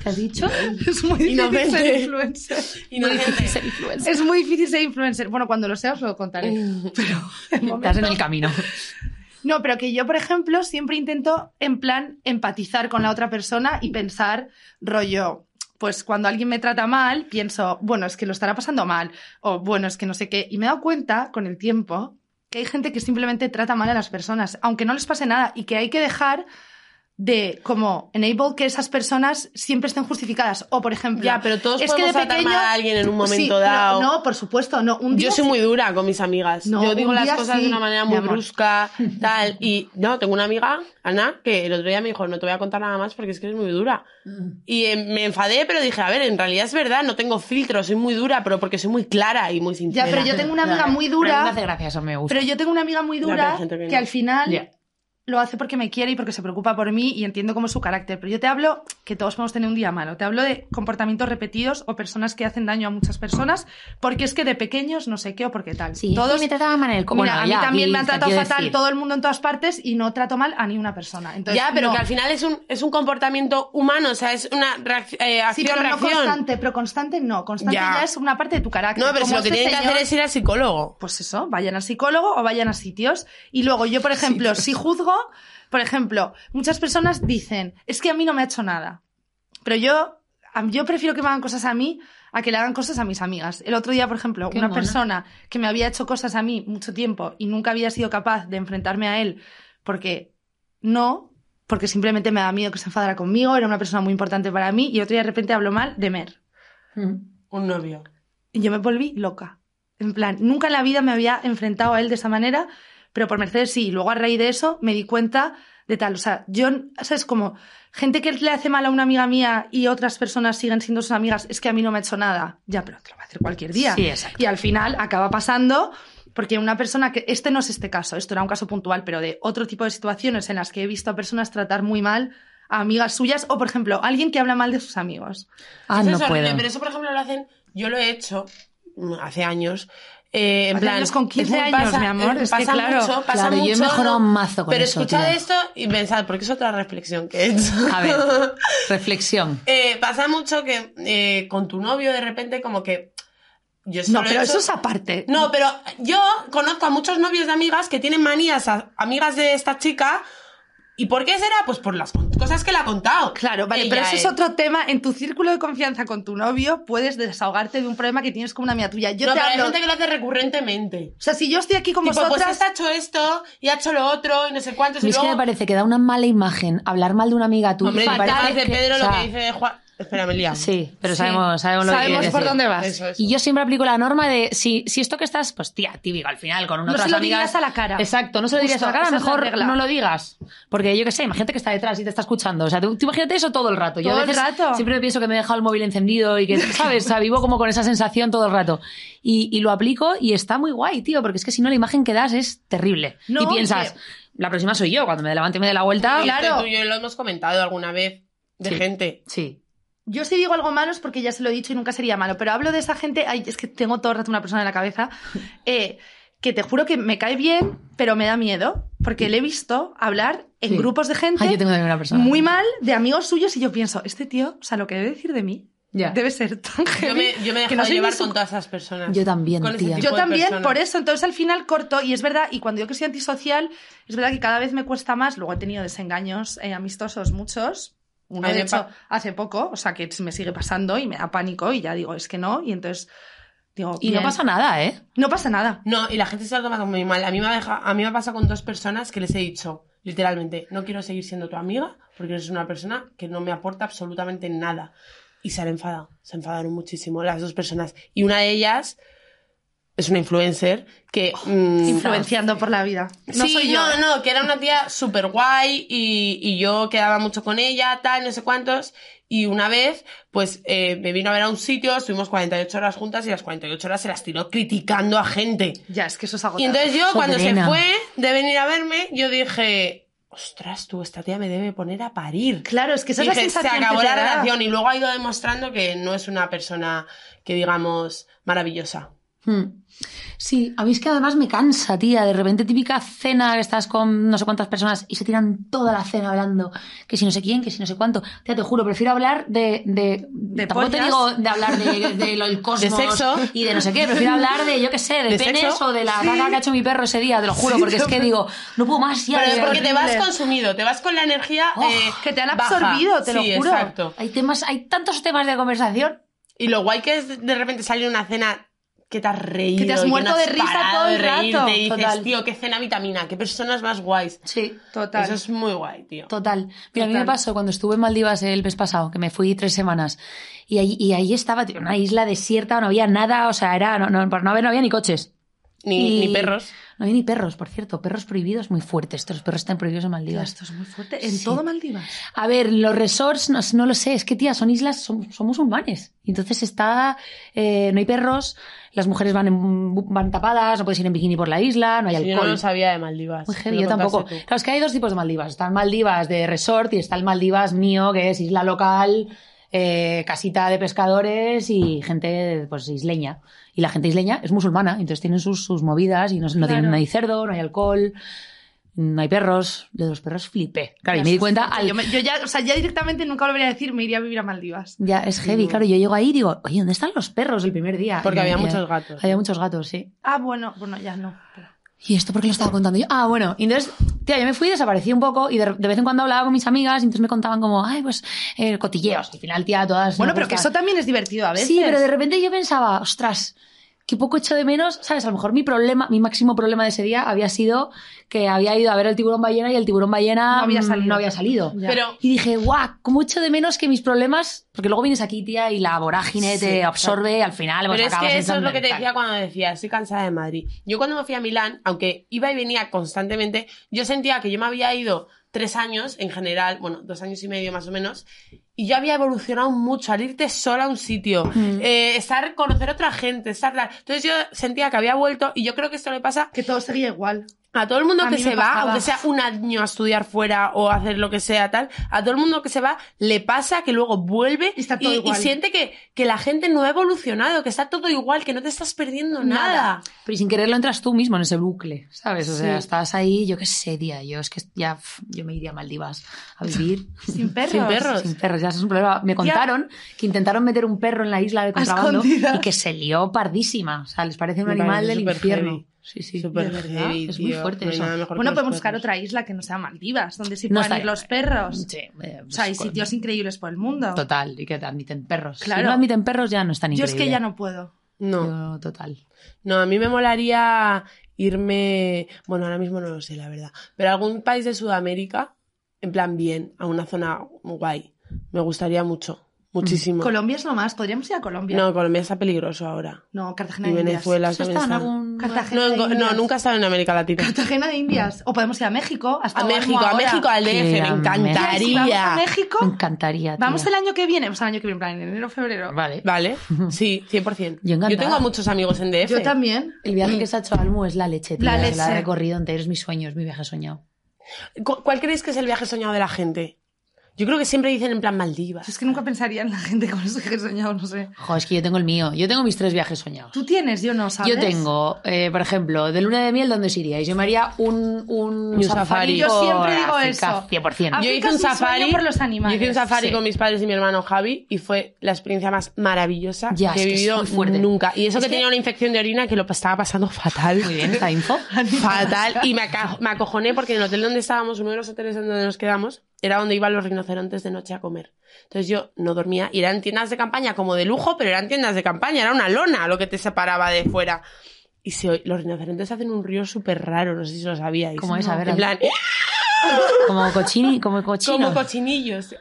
¿Qué has dicho? Es muy difícil ser Inocente. influencer. Inocente. Es muy difícil ser influencer. Bueno, cuando lo seas lo contaré. Eh. Estás en el camino. No, pero que yo, por ejemplo, siempre intento, en plan, empatizar con la otra persona y pensar, rollo, pues cuando alguien me trata mal, pienso, bueno, es que lo estará pasando mal, o bueno, es que no sé qué. Y me he dado cuenta, con el tiempo, que hay gente que simplemente trata mal a las personas, aunque no les pase nada, y que hay que dejar de como enable que esas personas siempre estén justificadas. O, por ejemplo, Ya, pero todos es que de podemos pequeño, atar mal a alguien en un Sí, momento pero dado. no, por supuesto, no. Un día Yo soy sí- muy dura con mis amigas. No, Yo digo un las día cosas sí, de una manera mi muy amor. brusca, tal. Y no, tengo una amiga, Ana, que el otro día me dijo, no te voy a contar nada más porque es que eres muy dura. Mm. Y eh, me enfadé, pero dije, a ver, en realidad es verdad, no tengo filtro, soy muy dura, pero porque soy muy clara y muy Ya, sincera. pero yo tengo una amiga Claro, muy pero a mí dura. me hace gracia, eso me gusta. Pero yo tengo una amiga muy Ya, pero dura hay gente que que, no. al final Ya. lo hace porque me quiere y porque se preocupa por mí y entiendo cómo es su carácter. Pero yo te hablo que todos podemos tener un día malo. Te hablo de comportamientos repetidos o personas que hacen daño a muchas personas porque es que de pequeños no sé qué o porque tal. Sí, todos todos me trataban mal en el co- Mira, bueno, a mí ya, también me aquí han tratado quiero fatal decir. todo el mundo en todas partes y no trato mal a ni una persona. Entonces, Ya, pero no. que al final es un, es un comportamiento humano, o sea, es una reacción, Sí, pero no acción-reacción. constante, pero constante no. Constante Ya. ya, es una parte de tu carácter. no, pero si Como lo que este tienen que señor- hacer es ir al psicólogo. pues eso, vayan al psicólogo o vayan a sitios. Y luego yo, por ejemplo, si juzgo, por ejemplo, muchas personas dicen, es que a mí no me ha hecho nada. Pero yo, a- yo prefiero que me hagan cosas a mí a que le hagan cosas a mis amigas. El otro día, por ejemplo, Qué una mona. persona que me había hecho cosas a mí mucho tiempo y nunca había sido capaz de enfrentarme a él porque no, porque simplemente me da miedo que se enfadara conmigo, era una persona muy importante para mí y el otro día de repente habló mal de Mer. Mm. Un novio. Y yo me volví loca. En plan, nunca en la vida me había enfrentado a él de esa manera, pero por Mercedes sí. Y luego a raíz de eso me di cuenta de tal. O sea, yo, ¿sabes? Como gente que le hace mal a una amiga mía y otras personas siguen siendo sus amigas, es que a mí no me ha hecho nada. Ya, pero te lo va a hacer cualquier día. Sí, exacto. Y al final acaba pasando porque una persona que. Este no es este caso, esto era un caso puntual, pero de otro tipo de situaciones en las que he visto a personas tratar muy mal a amigas suyas o, por ejemplo, alguien que habla mal de sus amigos. Ah, Eso no es horrible, puedo. Pero eso, por ejemplo, lo hacen. Yo lo he hecho mm, hace años. eh, en Hace plan, años con 15 es muy años, mi amor, eh, es que pasa claro, mucho, pasa claro, yo he mucho, mejorado un mazo con pero eso, escuchad tía. esto y pensad, porque es otra reflexión que he hecho. A ver, reflexión. Eh, pasa mucho que eh, con tu novio de repente como que... Yo No, lo he pero hecho- eso es aparte. No, pero yo conozco a muchos novios de amigas que tienen manías a amigas de esta chica. ¿Y por qué será? Pues por las con- cosas que le ha contado. Claro, vale, Ella pero ese es es. otro tema. En tu círculo de confianza con tu novio puedes desahogarte de un problema que tienes con una amiga tuya. Yo no, te pero hay hablo. gente que lo hace recurrentemente. O sea, si yo estoy aquí con Tipo, pues vosotras. este ha hecho esto y ha hecho lo otro y no sé cuántos. A mí Y es que me luego, parece que da una mala imagen hablar mal de una amiga tuya. hombre, me fatal, parece de que- Pedro o sea, lo que dice Juan. Espera, me he liado. Sí, pero Sí. sabemos, sabemos lo que Sabemos quieres por decir. dónde vas. Eso, eso. Y yo siempre aplico la norma de si, si esto que estás, pues tía, típico, al final con No otras se lo amigas. digas a la cara. Exacto, no se lo dirías Justo, a la cara, esa es la mejor regla. no lo digas. Porque yo qué sé, imagínate que está detrás y te está escuchando. O sea, tú, tú imagínate eso todo el rato. Yo Todo a el veces rato. siempre pienso que me he dejado el móvil encendido y que, ¿sabes? O sea, vivo como con esa sensación todo el rato. Y, y lo aplico y está muy guay, tío, porque es que si no la imagen que das es terrible. No, y piensas, que- la próxima soy yo, cuando me levante y me dé la vuelta. Claro. Tú y yo lo hemos comentado alguna vez de Sí. gente. Sí. Yo si digo algo malo es porque ya se lo he dicho y nunca sería malo, pero hablo de esa gente, ay, es que tengo todo el rato una persona en la cabeza, eh, que te juro que me cae bien, pero me da miedo, porque le he visto hablar en Sí. grupos de gente Ay, yo tengo también una persona. muy mal de amigos suyos y yo pienso, este tío, o sea, lo que debe decir de mí Ya. debe ser tan Yo heavy me, yo me he que no dejado soy ni llevar su- con todas esas personas. Yo también, Con ese tía. tipo Yo de también, personas. por eso. Entonces al final corto, y es verdad, y cuando yo que soy antisocial, es verdad que cada vez me cuesta más. Luego he tenido desengaños eh, amistosos muchos. Uno, Ay, de me hecho, pa- hace poco, o sea, que me sigue pasando y me da pánico y ya digo, es que no, y entonces digo, Y no bien. pasa nada, ¿eh? no pasa nada. No, y la gente se lo toma como muy mal. A mí, me ha deja- a mí me ha pasado con dos personas que les he dicho, literalmente, no quiero seguir siendo tu amiga porque eres una persona que no me aporta absolutamente nada. Y se han enfadado, se enfadaron muchísimo las dos personas. Y una de ellas es una influencer que... mm, Influenciando por la vida. Oh, No sí, soy yo. ¿eh? no, no, que era una tía súper guay y, y yo quedaba mucho con ella, tal, no sé cuántos. Y una vez, pues eh, me vino a ver a un sitio, estuvimos 48 horas juntas y las 48 horas se las tiró criticando a gente. Ya, es que eso es Y agotador. entonces yo, Joder, cuando se Elena. fue de venir a verme, yo dije, ostras, tú, esta tía me debe poner a parir. Claro, es que esa es la Dije, se sensación acabó que te la da. relación y luego ha ido demostrando que no es una persona que digamos maravillosa. Hmm. Sí, a mí es que además me cansa, tía. De repente, típica cena que estás con no sé cuántas personas y se tiran toda la cena hablando. Que si no sé quién, que si no sé cuánto. Tía, te juro, prefiero hablar de. de, De tampoco te pollas. digo de hablar de, de lo del cosmos De sexo. y de no sé qué. Prefiero hablar de, yo qué sé, de, De penes sexo. o de la caca que ha hecho mi perro ese día, te lo juro, porque es que digo, no puedo más, ya. Pero es de- porque te vas horrible. consumido, te vas con la energía Oh, eh, que te han baja. absorbido, te lo Sí, juro. Exacto. Hay temas, hay tantos temas de conversación. Y lo guay que es de repente salir a una cena que te has reído. te has y muerto no has de risa parado todo de el reírte, rato. Y dices, Total. tío, qué cena vitamina, qué personas más guays. Sí. Total. Eso es muy guay, tío. Total. Mira, a mí me Total. pasó cuando estuve en Maldivas el mes pasado, que me fui tres semanas, y ahí, y ahí estaba, tío, una isla desierta, no había nada, o sea, era, no, no, por no haber, no había ni coches. Ni, Y- ni perros. No había ni perros, por cierto, perros prohibidos muy fuertes, estos perros están prohibidos en Tía, Maldivas. esto es muy fuerte. En Sí. todo Maldivas. A ver, los resorts, no, no lo sé, es que tía, son islas, son, son musulmanes. Entonces está, eh, no hay perros, las mujeres van, en- van tapadas, no puedes ir en bikini por la isla, no hay Yo alcohol. no lo sabía de Maldivas. Muy heavy, me yo lo contaste Pues tampoco. tú. Claro, es que hay dos tipos de Maldivas. Está el Maldivas de resort y está el Maldivas mío, que es isla local, eh, casita de pescadores y gente pues isleña. Y la gente isleña es musulmana, entonces tienen sus, sus movidas y no, no tienen Claro. no hay cerdo, no hay alcohol, no hay perros. Lo De los perros flipé. Claro, y me di cuenta al- Yo, me- yo ya, o sea, ya directamente nunca volvería a decir, me iría a vivir a Maldivas. Ya, es heavy, claro. Yo llego ahí y digo, oye, ¿dónde están los perros el primer día? Porque Y había ya- muchos gatos. Había muchos gatos, sí. Ah, bueno, bueno, ya no. pero- ¿Y esto por qué lo estaba contando yo? Ah, bueno, y entonces, tía, yo me fui, desaparecí un poco y de, de vez en cuando hablaba con mis amigas y entonces me contaban como, ay, pues, eh, cotilleos. Al final, tía, todas. Bueno, nos pero que gusta- eso también es divertido a veces. pues Sí, pero de repente yo pensaba, ostras, qué poco echo de menos, ¿sabes? A lo mejor mi problema, mi máximo problema de ese día había sido que había ido a ver el tiburón ballena y el tiburón ballena No había mm, salido. No había salido. Ya. Pero Y dije, guau, cómo echo de menos que mis problemas, porque luego vienes aquí, tía, y la vorágine Sí, te absorbe y al final pues, Pero es acabas que eso es lo echando que te de- decía cuando decía, estoy cansada de Madrid. Yo cuando me fui a Milán, aunque iba y venía constantemente, yo sentía que yo me había ido tres años en general, bueno, dos años y medio más o menos, y yo había evolucionado mucho al irte sola a un sitio, Mm. eh, estar, conocer a otra gente, estar... la- Entonces yo sentía que había vuelto y yo creo que esto le pasa Que todo seguía igual. a todo el mundo A que mí me se va, pasaba. aunque sea un año a estudiar fuera o a hacer lo que sea, tal, a todo el mundo que se va le pasa que luego vuelve Y está todo igual. siente que, que la gente no ha evolucionado, que está todo igual, que no te estás perdiendo nada. Nada. Pero sin quererlo entras tú mismo en ese bucle, ¿sabes? O sea, Sí. estás ahí, yo qué sé, día, yo es que ya, pf, yo me iría a Maldivas a vivir. Sin perros. Sin perros. Sin perros, ya eso es un problema. Me contaron que intentaron meter un perro en la isla de contrabando escondidas. y que se lió pardísima. O sea, les parece un Me animal parece del súper infierno. heavy. Sí, sí. ¿De verdad? Es muy fuerte Pues eso. Bueno, podemos buscar otra isla que no sea Maldivas, donde sí No puedan está ir bien. los perros. Sí, eh, O pues, sea, hay con- sitios increíbles por el mundo. Total, y que te admiten perros. Si Claro. no admiten perros ya no están Yo es increíble. que ya no puedo. No, Yo, total. no, a mí me molaría irme, bueno, ahora mismo no lo sé, la verdad, pero a algún país de Sudamérica, en plan bien, a una zona guay, me gustaría mucho, muchísimo. Colombia es lo más. Podríamos ir a Colombia. No, Colombia está peligroso ahora. No, Cartagena Y de Indias. Venezuela ¿Eso también está en está- algún- Cartagena. No, en- de Indias. no, nunca he estado en América Latina. Cartagena de Indias. O podemos ir a México. Hasta A México, a México, al Que DF, me a Tía, si vamos a encantaría. México. Me encantaría. tía. Vamos el año que viene. Vamos el año que viene, en plan, en enero, febrero. Vale. Vale, sí, 100%. Yo encantada. Yo tengo a muchos amigos en DF. Yo también. El viaje que se ha hecho Almu es la leche, tía. Mm. La La leche. he recorrido entero, es mi sueño, es mi viaje soñado. ¿Cu- ¿Cuál creéis que es el viaje soñado de la gente? Yo creo que siempre dicen en plan Es Maldivas. que nunca pensaría en la gente con eso que he soñado, no sé. Jo, es que yo tengo el mío. Yo tengo mis tres viajes soñados. Tú tienes, yo no, ¿sabes? Yo tengo, eh, por ejemplo, de luna de miel, ¿dónde os iríais? Yo me haría un, un, un safari. safari. Yo por siempre digo África, eso. 100%. Ah, Yo África hice un es mi sueño safari, por los yo hice animales. un safari Sí. con mis padres y mi hermano Javi y fue la experiencia más maravillosa Ya, que he es que es vivido muy fuerte. nunca. Y eso Es que que- tenía una infección de orina que lo estaba pasando fatal. Muy bien, esta info. fatal. Y me, aca- me acojoné porque en el hotel donde estábamos, uno de los hoteles donde nos quedamos, era donde iban los rinocerontes de noche a comer. Entonces yo no dormía. Y eran tiendas de campaña como de lujo, pero eran tiendas de campaña. Era una lona lo que te separaba de fuera. Y se oy- los rinocerontes hacen un río súper raro, no sé si lo sabíais. ¿Cómo es? A ver, En plan, Como cochini, como cochino. como cochinillos.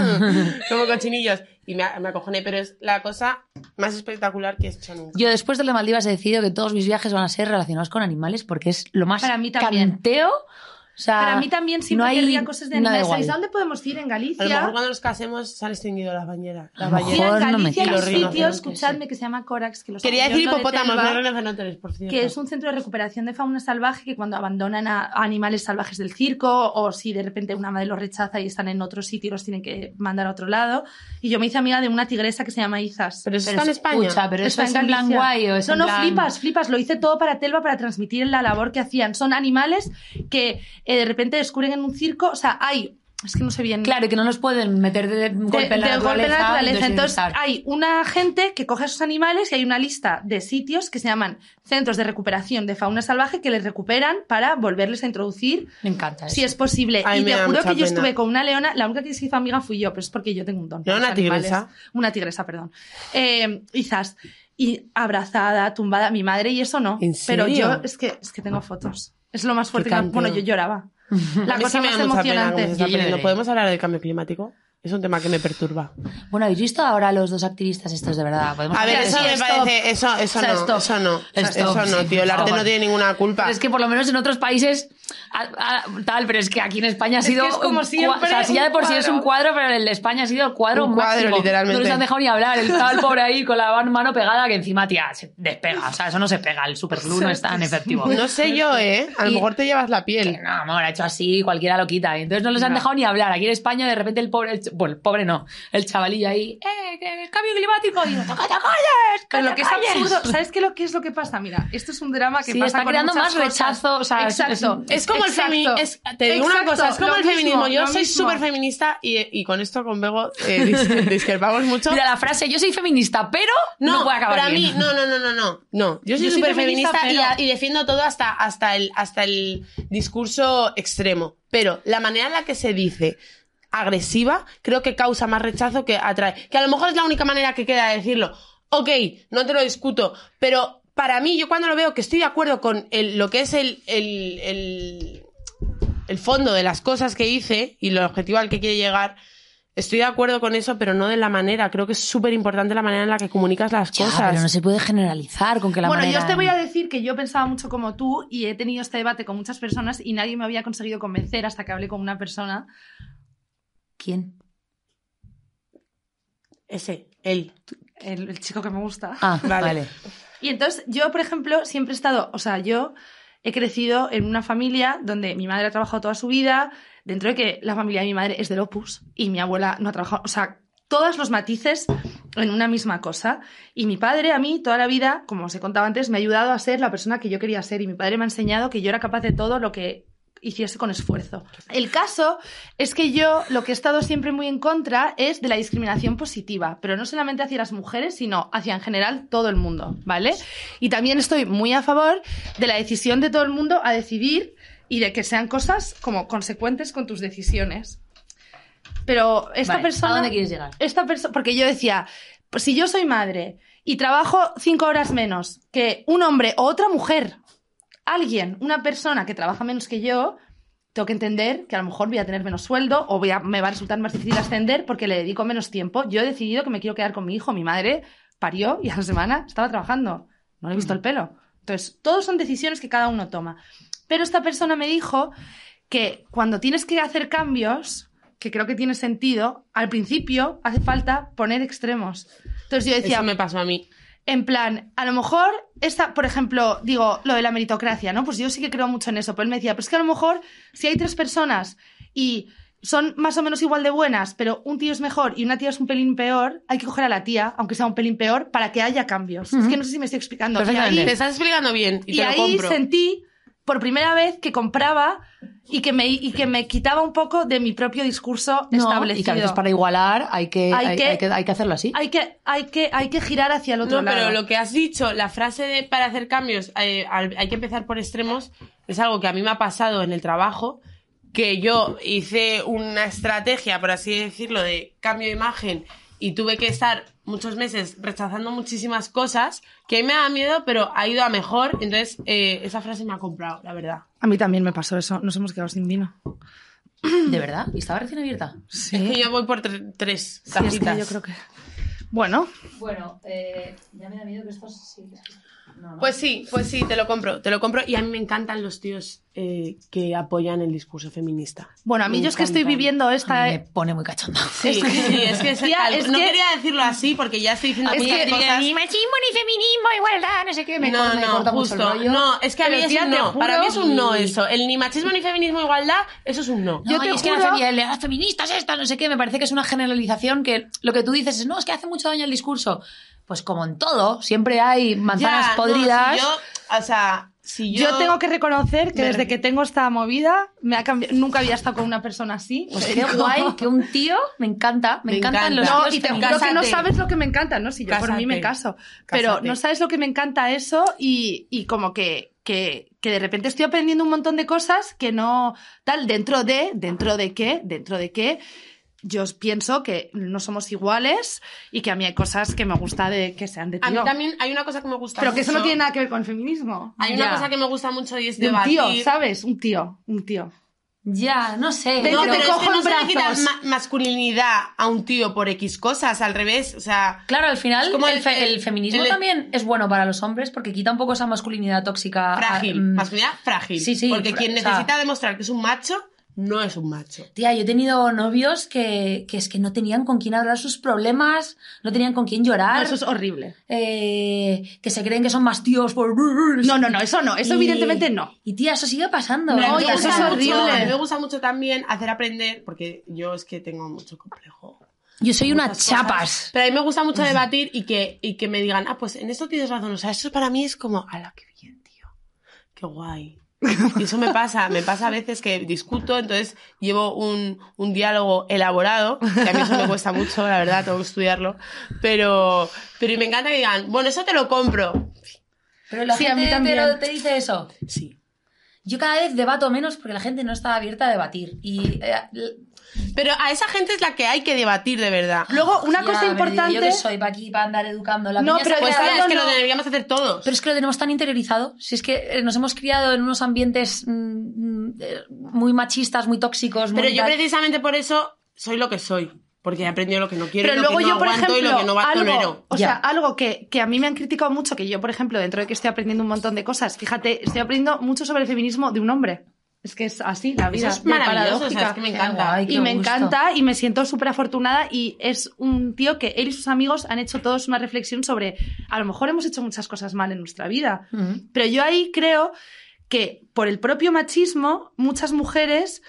como cochinillos. Y me, a- me acojoné, pero es la cosa más espectacular que he hecho nunca. yo después de las Maldivas he decidido que todos mis viajes van a ser relacionados con animales porque es lo más Para mí también. canteo. O sea, Para mí también siempre no hay querría cosas de nada animales. igual. ¿Sabéis dónde podemos ir? En A lo mejor Galicia. cuando nos casemos se han extinguido las bañeras. A Las lo Sí, bañeras. en mejor no me Galicia hay quiero. un Los sitio, rinocerontes, escuchadme, que se llama Corax. Que los Quería decir abuelos de hipopótamos, Telva, no rinocerontes, por cierto. que es un centro de recuperación de fauna salvaje que cuando abandonan a a animales salvajes del circo o si de repente una madre los rechaza y están en otro sitio y los tienen que mandar a otro lado. Y yo me hice amiga de una tigresa que se llama Izas. Pero eso Pero está en es- España. Escucha, pero eso Está es en plan Galicia. guay o es no, en no, plan- flipas, flipas. Lo hice todo para Telva para transmitir la labor que hacían. Son animales que eh, de repente descubren en un circo. O sea, hay. Es que no sé bien. Claro, que no nos pueden meter de, de- golpe en la Mm. de naturaleza. golpe en la naturaleza. Entonces, estar. hay una gente que coge a esos animales y hay una lista de sitios que se llaman centros de recuperación de fauna salvaje que les recuperan para volverles a introducir me encanta. eso. si es posible. Ay, y me te da juro mucha que yo pena. estuve con una leona, la única que se hizo amiga fui yo, pero es porque yo tengo un don. ¿No para era los una animales. tigresa? Una tigresa, perdón. Eh, quizás. y abrazada, tumbada, mi madre y eso no. ¿En Pero serio? yo es que, es que tengo fotos. Es lo más fuerte Qué que... canteo. Bueno, yo lloraba. A La mí cosa sí me más da mucha emocionante. pena cómo se está Yo peleando. lloré. ¿Podemos hablar del cambio climático? Es un tema que me perturba. Bueno, ¿habéis visto ahora los dos activistas estos de verdad? ¿Podemos A ver, hablar de eso sí, me stop. parece. Eso, eso O sea, no. stop. Eso no. Stop, Eso no, sí, tío. El por arte no favor. tiene ninguna culpa. Pero es que por lo menos en otros países a- a- tal, pero es que aquí en España ha Es sido. que es como un cua- O siempre sea, si ya de por sí es un cuadro, pero el de España ha sido el cuadro Un cuadro, máximo. literalmente. No les han dejado ni hablar. Estaba el pobre ahí con la mano pegada que encima, tía, se despega. O sea, eso no se pega. El superglue no es tan efectivo. No sé yo, ¿eh? A lo Y- mejor te llevas la Que piel. No, amor, ha hecho así, cualquiera lo quita. Y Entonces no les han dejado ni hablar. Aquí en España, de repente, el pobre, el ch- bueno, el pobre no, el chavalillo ahí, ¡eh, que el cambio climático! Y yo, ¡que te calles! Pero que lo que te es calles! absurdo, ¿sabes qué, lo, qué es lo que pasa? Mira, esto es un drama que Sí, pasa está con creando muchas más cosas. rechazo, o sea, es- exacto. Es como exacto, el feminismo. Te digo una exacto, cosa, es como lo el mismo, feminismo. Yo lo soy mismo. súper feminista y, y con esto con Bego eh, dis- discrepamos mucho. Mira la frase, yo soy feminista, pero no, puede acabar para bien. mí, no, no, no, no, no. no. Yo soy Yo soy súper feminista, feminista, y, a- pero- y defiendo todo hasta, hasta, el, hasta el discurso extremo. Pero la manera en la que se dice agresiva creo que causa más rechazo que atrae. Que a lo mejor es la única manera que queda de decirlo. Ok, no te lo discuto, pero para mí, yo cuando lo veo que estoy de acuerdo con el- lo que es el- el- el, el fondo de las cosas que hice y el objetivo al que quiere llegar, estoy de acuerdo con eso, pero no de la manera. Creo que es súper importante la manera en la que comunicas las Ya, cosas. pero no se puede generalizar con que la bueno, manera... yo te voy a decir que yo pensaba mucho como tú y he tenido este debate con muchas personas y nadie me había conseguido convencer hasta que hablé con una persona. ¿Quién? Ese, él. El, el chico que me gusta. Ah, Vale. vale. Y entonces yo, por ejemplo, siempre he estado, o sea, yo he crecido en una familia donde mi madre ha trabajado toda su vida, dentro de que la familia de mi madre es del opus y mi abuela no ha trabajado, o sea, todos los matices en una misma cosa. Y mi padre a mí toda la vida, como os he contado antes, me ha ayudado a ser la persona que yo quería ser y mi padre me ha enseñado que yo era capaz de todo lo que hiciese con esfuerzo. El caso es que yo lo que he estado siempre muy en contra es de la discriminación positiva, pero no solamente hacia las mujeres, sino hacia en general todo el mundo, ¿vale? Y también estoy muy a favor de la decisión de todo el mundo a decidir y de que sean cosas como consecuentes con tus decisiones. Pero esta Vale, persona ¿A dónde quieres llegar? esta persona, porque yo decía, pues si yo soy madre y trabajo cinco horas menos que un hombre o otra mujer, alguien, una persona que trabaja menos que yo, tengo que entender que a lo mejor voy a tener menos sueldo o voy a- me va a resultar más difícil ascender porque le dedico menos tiempo. Yo he decidido que me quiero quedar con mi hijo. Mi madre parió y a la semana estaba trabajando. No le he visto Mm. el pelo. Entonces, todos son decisiones que cada uno toma. Pero esta persona me dijo que cuando tienes que hacer cambios, que creo que tiene sentido, al principio hace falta poner extremos. Entonces yo decía, Eso me pasó a mí. en plan, a lo mejor, esta, por ejemplo, digo, lo de la meritocracia, ¿no? Pues yo sí que creo mucho en eso, pero él me decía, pero es que a lo mejor si hay tres personas y son más o menos igual de buenas, pero un tío es mejor y una tía es un pelín peor, hay que coger a la tía, aunque sea un pelín peor, para que haya cambios. Es que no sé si me estoy explicando. Y Perfectamente. ahí- Te estás explicando bien y, y te ahí lo compro. sentí por primera vez que compraba y que me, y que me quitaba un poco de mi propio discurso No, establecido. y que a veces para igualar hay que, Hay hay, que- hay que, hay que hacerlo así. hay, que, hay, que, hay que girar hacia el otro No, lado. pero lo que has dicho, la frase de para hacer cambios eh, al- hay que empezar por extremos, es algo que a mí me ha pasado en el trabajo, que yo hice una estrategia, por así decirlo, de cambio de imagen y tuve que estar muchos meses rechazando muchísimas cosas que a mí me da miedo, pero ha ido a mejor. Entonces, eh, esa frase me ha comprado, la verdad. A mí también me pasó eso, nos hemos quedado sin vino. ¿De verdad? ¿Y estaba recién abierta? Es que yo voy por tre- tres Sí, cajitas. es que yo creo que... Bueno, Bueno, eh, ya me da miedo que esto sí... Pues sí, pues sí, te lo compro, te lo compro. Y a mí me encantan los tíos eh, que apoyan el discurso feminista. bueno, a mí Me yo es que estoy encantan. viviendo esta... me ¿eh? pone muy cachonda. Sí, sí, es que es Tía, tal- es no que- quería decirlo así porque ya estoy diciendo Es muchas que- cosas. Ni machismo, ni feminismo, igualdad, no sé qué. Me, no, corta, me no, corta mucho justo. el rollo. No, es que a mí Pero, es tía, un te no. Para mí es un no juro- eso. El ni machismo, ni feminismo, igualdad, eso es un no. No, Yo y te es que la juro- femi- las feministas estas, no sé qué, me parece que es una generalización que lo que tú dices es, no, es que hace mucho daño el discurso. Pues como en todo, siempre hay manzanas Ya, no, podridas. si yo, o sea, si yo... Yo tengo que reconocer que Me desde refiero- que tengo esta movida, me ha cambiado... nunca había estado con una persona así. Pues qué guay que un tío, me encanta, me, Me encantan encanta. los No, tíos y te juro feministas. que no Cásate. sabes lo que me encanta, ¿no? Si yo por Cásate. mí me caso. Pero Cásate. no sabes lo que me encanta eso y, y como que, que, que de repente estoy aprendiendo un montón de cosas que no. Tal, dentro de, dentro de qué, dentro de qué. yo pienso que no somos iguales y que a mí hay cosas que me gusta de que sean de tío. A mí también hay una cosa que me gusta Pero que eso no mucho. tiene nada que ver con el feminismo. Hay Ya. una cosa que me gusta mucho y es De un debatir. tío, ¿sabes? Un tío, un tío. Ya, no sé. Ven No, que pero te es cojo que no en se le quita brazos. ma- masculinidad a un tío por X cosas, al revés, o sea... Claro, al final Es como el, el- fe- el el- feminismo el- también es bueno para los hombres porque quita un poco esa masculinidad tóxica. a- Frágil, mm. masculinidad frágil. Sí, sí, Porque fra- quien o sea- necesita demostrar que es un macho, no es un macho. Tía, yo he tenido novios que, que es que no tenían con quién hablar sus problemas, no tenían con quién No, llorar, eso es horrible. eh, que se creen que son más tíos por... Pues No, no, no, eso no. Eso Y- evidentemente no. Y tía, eso sigue pasando. No, Pero No, me y eso gusta es mucho- horrible. a mí me gusta mucho también hacer aprender, porque yo es que tengo mucho complejo. Yo soy una muchas cosas. chapas. Pero a mí me gusta mucho debatir y que, y que me digan, ah, pues en esto tienes razón. O sea, eso para mí es como, ala, qué bien, tío. Qué guay. Y eso me pasa, me pasa a veces que discuto, entonces llevo un, un diálogo elaborado, que a mí eso me cuesta mucho, la verdad, tengo que estudiarlo. Pero, pero me encanta que digan, bueno, eso te lo compro. Pero la Sí, a gente mí te, lo- también. te dice eso. Sí. Yo cada vez debato menos porque la gente no está abierta a debatir. Y eh, l- Pero a esa gente es la que hay que debatir de verdad. Luego, una tía, cosa Verdi, importante. Yo que soy para aquí, para andar educando. La No, peña se pero Pues queda- de tía, es que no. lo deberíamos hacer todos. Pero es que lo tenemos tan interiorizado. Si es que eh, nos hemos criado en unos ambientes mm, mm, eh, muy machistas, muy tóxicos. muy Pero yo tal. precisamente por eso soy lo que soy. Porque he aprendido lo que no quiero, Pero lo luego que no yo, por aguanto ejemplo, y lo que no va algo, o Ya. sea, algo que, que a mí me han criticado mucho, que yo, por ejemplo, dentro de que estoy aprendiendo un montón de cosas, fíjate, estoy aprendiendo mucho sobre el feminismo de un hombre. Es que es así, la vida es de maravilloso, o paradójica. sea, es que me encanta. Qué guay, qué y me gusto. encanta y me siento súper afortunada y es un tío que él y sus amigos han hecho todos una reflexión sobre a lo mejor hemos hecho muchas cosas mal en nuestra vida, Ujú. pero yo ahí creo que por el propio machismo, muchas mujeres.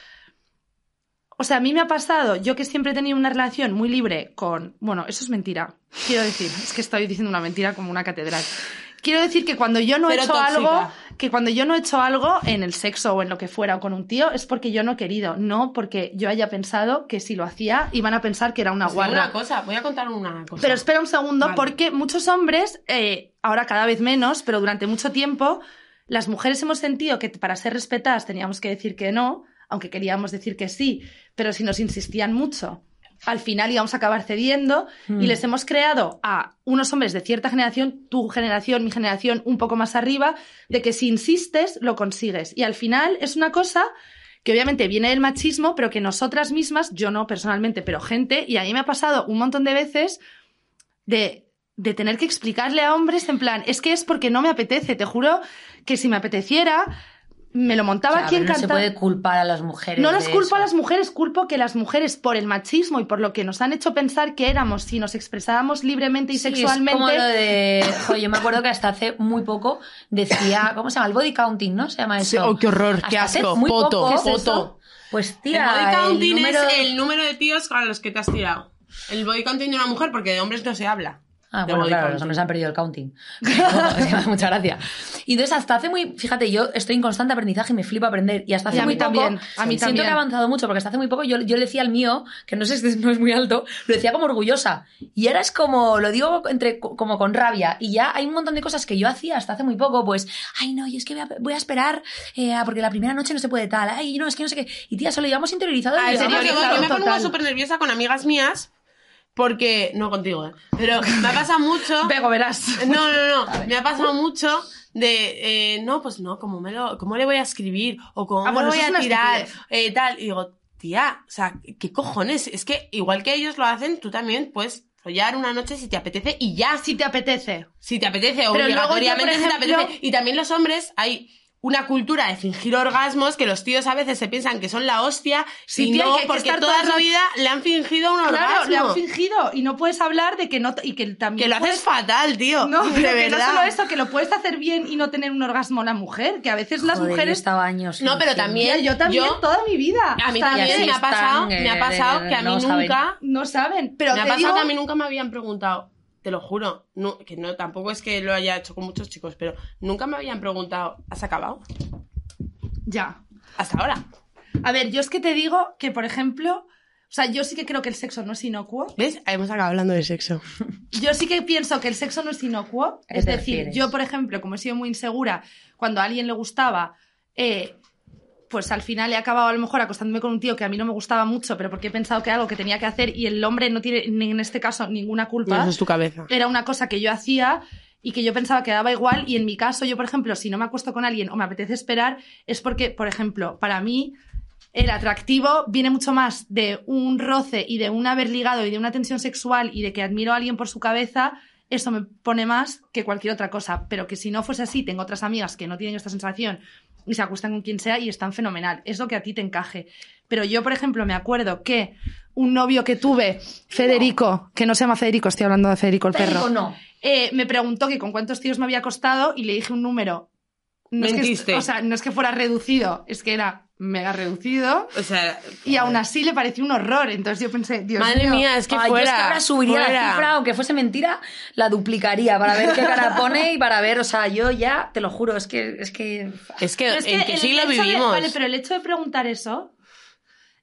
O sea, a mí me ha pasado, yo que siempre he tenido una relación muy libre con. Bueno, eso es mentira. Quiero decir, es que estoy diciendo una mentira como una catedral. Quiero decir que cuando yo no he Pero hecho tóxica. algo, que cuando yo no he hecho algo en el sexo o en lo que fuera o con un tío, es porque yo no he querido, no porque yo haya pensado que si lo hacía iban a pensar que era una Os digo guarra. una cosa, voy a contar una cosa. Pero espera un segundo, Vale. porque muchos hombres, eh, ahora cada vez menos, pero durante mucho tiempo, las mujeres hemos sentido que para ser respetadas teníamos que decir que no, aunque queríamos decir que sí, pero si nos insistían mucho, al final íbamos a acabar cediendo Mm. y les hemos creado a unos hombres de cierta generación, tu generación, mi generación, un poco más arriba, de que si insistes, lo consigues. Y al final es una cosa que obviamente viene del machismo, pero que nosotras mismas, yo no personalmente, pero gente, y a mí me ha pasado un montón de veces de, de tener que explicarle a hombres en plan, es que es porque no me apetece, te juro que si me apeteciera, me lo O montaba sea, aquí pero no se encantado. puede culpar a las mujeres. No de los culpo a eso. las mujeres, culpo que las mujeres, por el machismo y por lo que nos han hecho pensar que éramos, si nos expresábamos libremente y Sí, sexualmente. Es como lo de. Joder, yo me acuerdo que hasta hace muy poco decía. ¿Cómo se llama? El body counting, ¿no? Se llama eso. Sí, oh, qué horror, Hasta qué hace asco, muy poto, poco- poto. eso. Pues el tía. body counting número- es el número de tíos a los que te has tirado. El body counting de una mujer, porque de hombres no se habla. Ah, de bueno, body claro, counting. los hombres han perdido el counting. Muchas mucha gracia. Y entonces hasta hace muy, fíjate, yo estoy en constante aprendizaje y me flipa aprender. Y hasta hace Y a muy mí poco, también, a mí siento también. que he avanzado mucho, porque hasta hace muy poco yo, yo le decía al mío, que no sé si es- no es muy alto, lo decía como orgullosa. Y ahora es como, lo digo entre, como con rabia. Y ya hay un montón de cosas que yo hacía hasta hace muy poco, pues, ay no, y es que voy a, voy a esperar, eh, a- porque la primera noche no se puede tal, ay no, es que no sé qué. Y tía, eso lo llevamos interiorizado. y Ah, lo en serio, serio, llevamos- digo, claro, yo me pongo total. súper nerviosa con amigas mías porque... No contigo, ¿eh? Pero me pasa mucho... Pego, verás. No, no, no. Me ha pasado mucho de, eh, no, pues no, ¿cómo, me lo, ¿cómo le voy a escribir? O cómo Ah, me bueno, lo voy eso es a una tirar, estupidez. eh, tal. Y digo, tía, o sea, ¿qué cojones? Es que igual que ellos lo hacen, tú también puedes follar una noche si te apetece y ya, si, Si te apetece. si te apetece, luego yo, por obligatoriamente si te ejemplo- apetece. Y también los hombres, hay una cultura de fingir orgasmos que los tíos a veces se piensan que son la hostia Sí, y tía, no, que hay que porque estar toda todas su las- vida le han fingido un Claro, orgasmo. le han fingido y no puedes hablar de que no. t- Y que también. que lo puedes- haces fatal, tío. No, de pero que no verdad. solo eso, que lo puedes hacer bien y no tener un orgasmo la mujer, que a veces las Joder, yo mujeres. estaba años. No, pero fingiendo. también- Mira, yo también yo- toda mi vida. A mí Hasta también que me ha están, pasado, eh, me ha pasado que a mí no saben. nunca, No saben. Pero me ha te pasado digo, que a mí nunca me habían preguntado, te lo juro, no, que no, tampoco es que lo haya hecho con muchos chicos, pero nunca me habían preguntado, ¿has acabado? Ya. Hasta ahora. A ver, yo es que te digo que, por ejemplo. O sea, yo sí que creo que el sexo no es inocuo. ¿Ves? Hemos acabado hablando de sexo. Yo sí que pienso que el sexo no es inocuo. ¿A qué Es te decir, refieres? yo, por ejemplo, como he sido muy insegura, cuando a alguien le gustaba, eh, pues al final he acabado a lo mejor acostándome con un tío que a mí no me gustaba mucho, pero porque he pensado que era algo que tenía que hacer y el hombre no tiene ni en este caso ninguna culpa. Eso es tu cabeza. Era una cosa que yo hacía y que yo pensaba que daba igual y en mi caso yo, por ejemplo, si no me acuesto con alguien o me apetece esperar es porque, por ejemplo, para mí el atractivo viene mucho más de un roce y de un haber ligado y de una tensión sexual y de que admiro a alguien por su cabeza, eso me pone más que cualquier otra cosa. Pero que si no fuese así, tengo otras amigas que no tienen esta sensación y se acuestan con quien sea y están fenomenal. Es lo que a ti te encaje. Pero yo, por ejemplo, me acuerdo que un novio que tuve, Federico, que no se llama Federico, estoy hablando de Federico el Federico, perro, no. eh, me preguntó que con cuántos tíos me había acostado y le dije un número. No es que- Mentiste. o sea, no es que fuera reducido, es que era mega reducido. O sea, Y aún así le pareció un horror. Entonces yo pensé, Dios Madre mío. mía, es que Ay, yo fuera. es que ahora subiría fuera. la cifra, aunque fuese mentira, la duplicaría para ver qué cara pone y para ver, o sea, yo ya, te lo juro, es que... Es que... Es que, Pero es ¿en que qué el siglo hecho de- vivimos? vale, pero el hecho de preguntar eso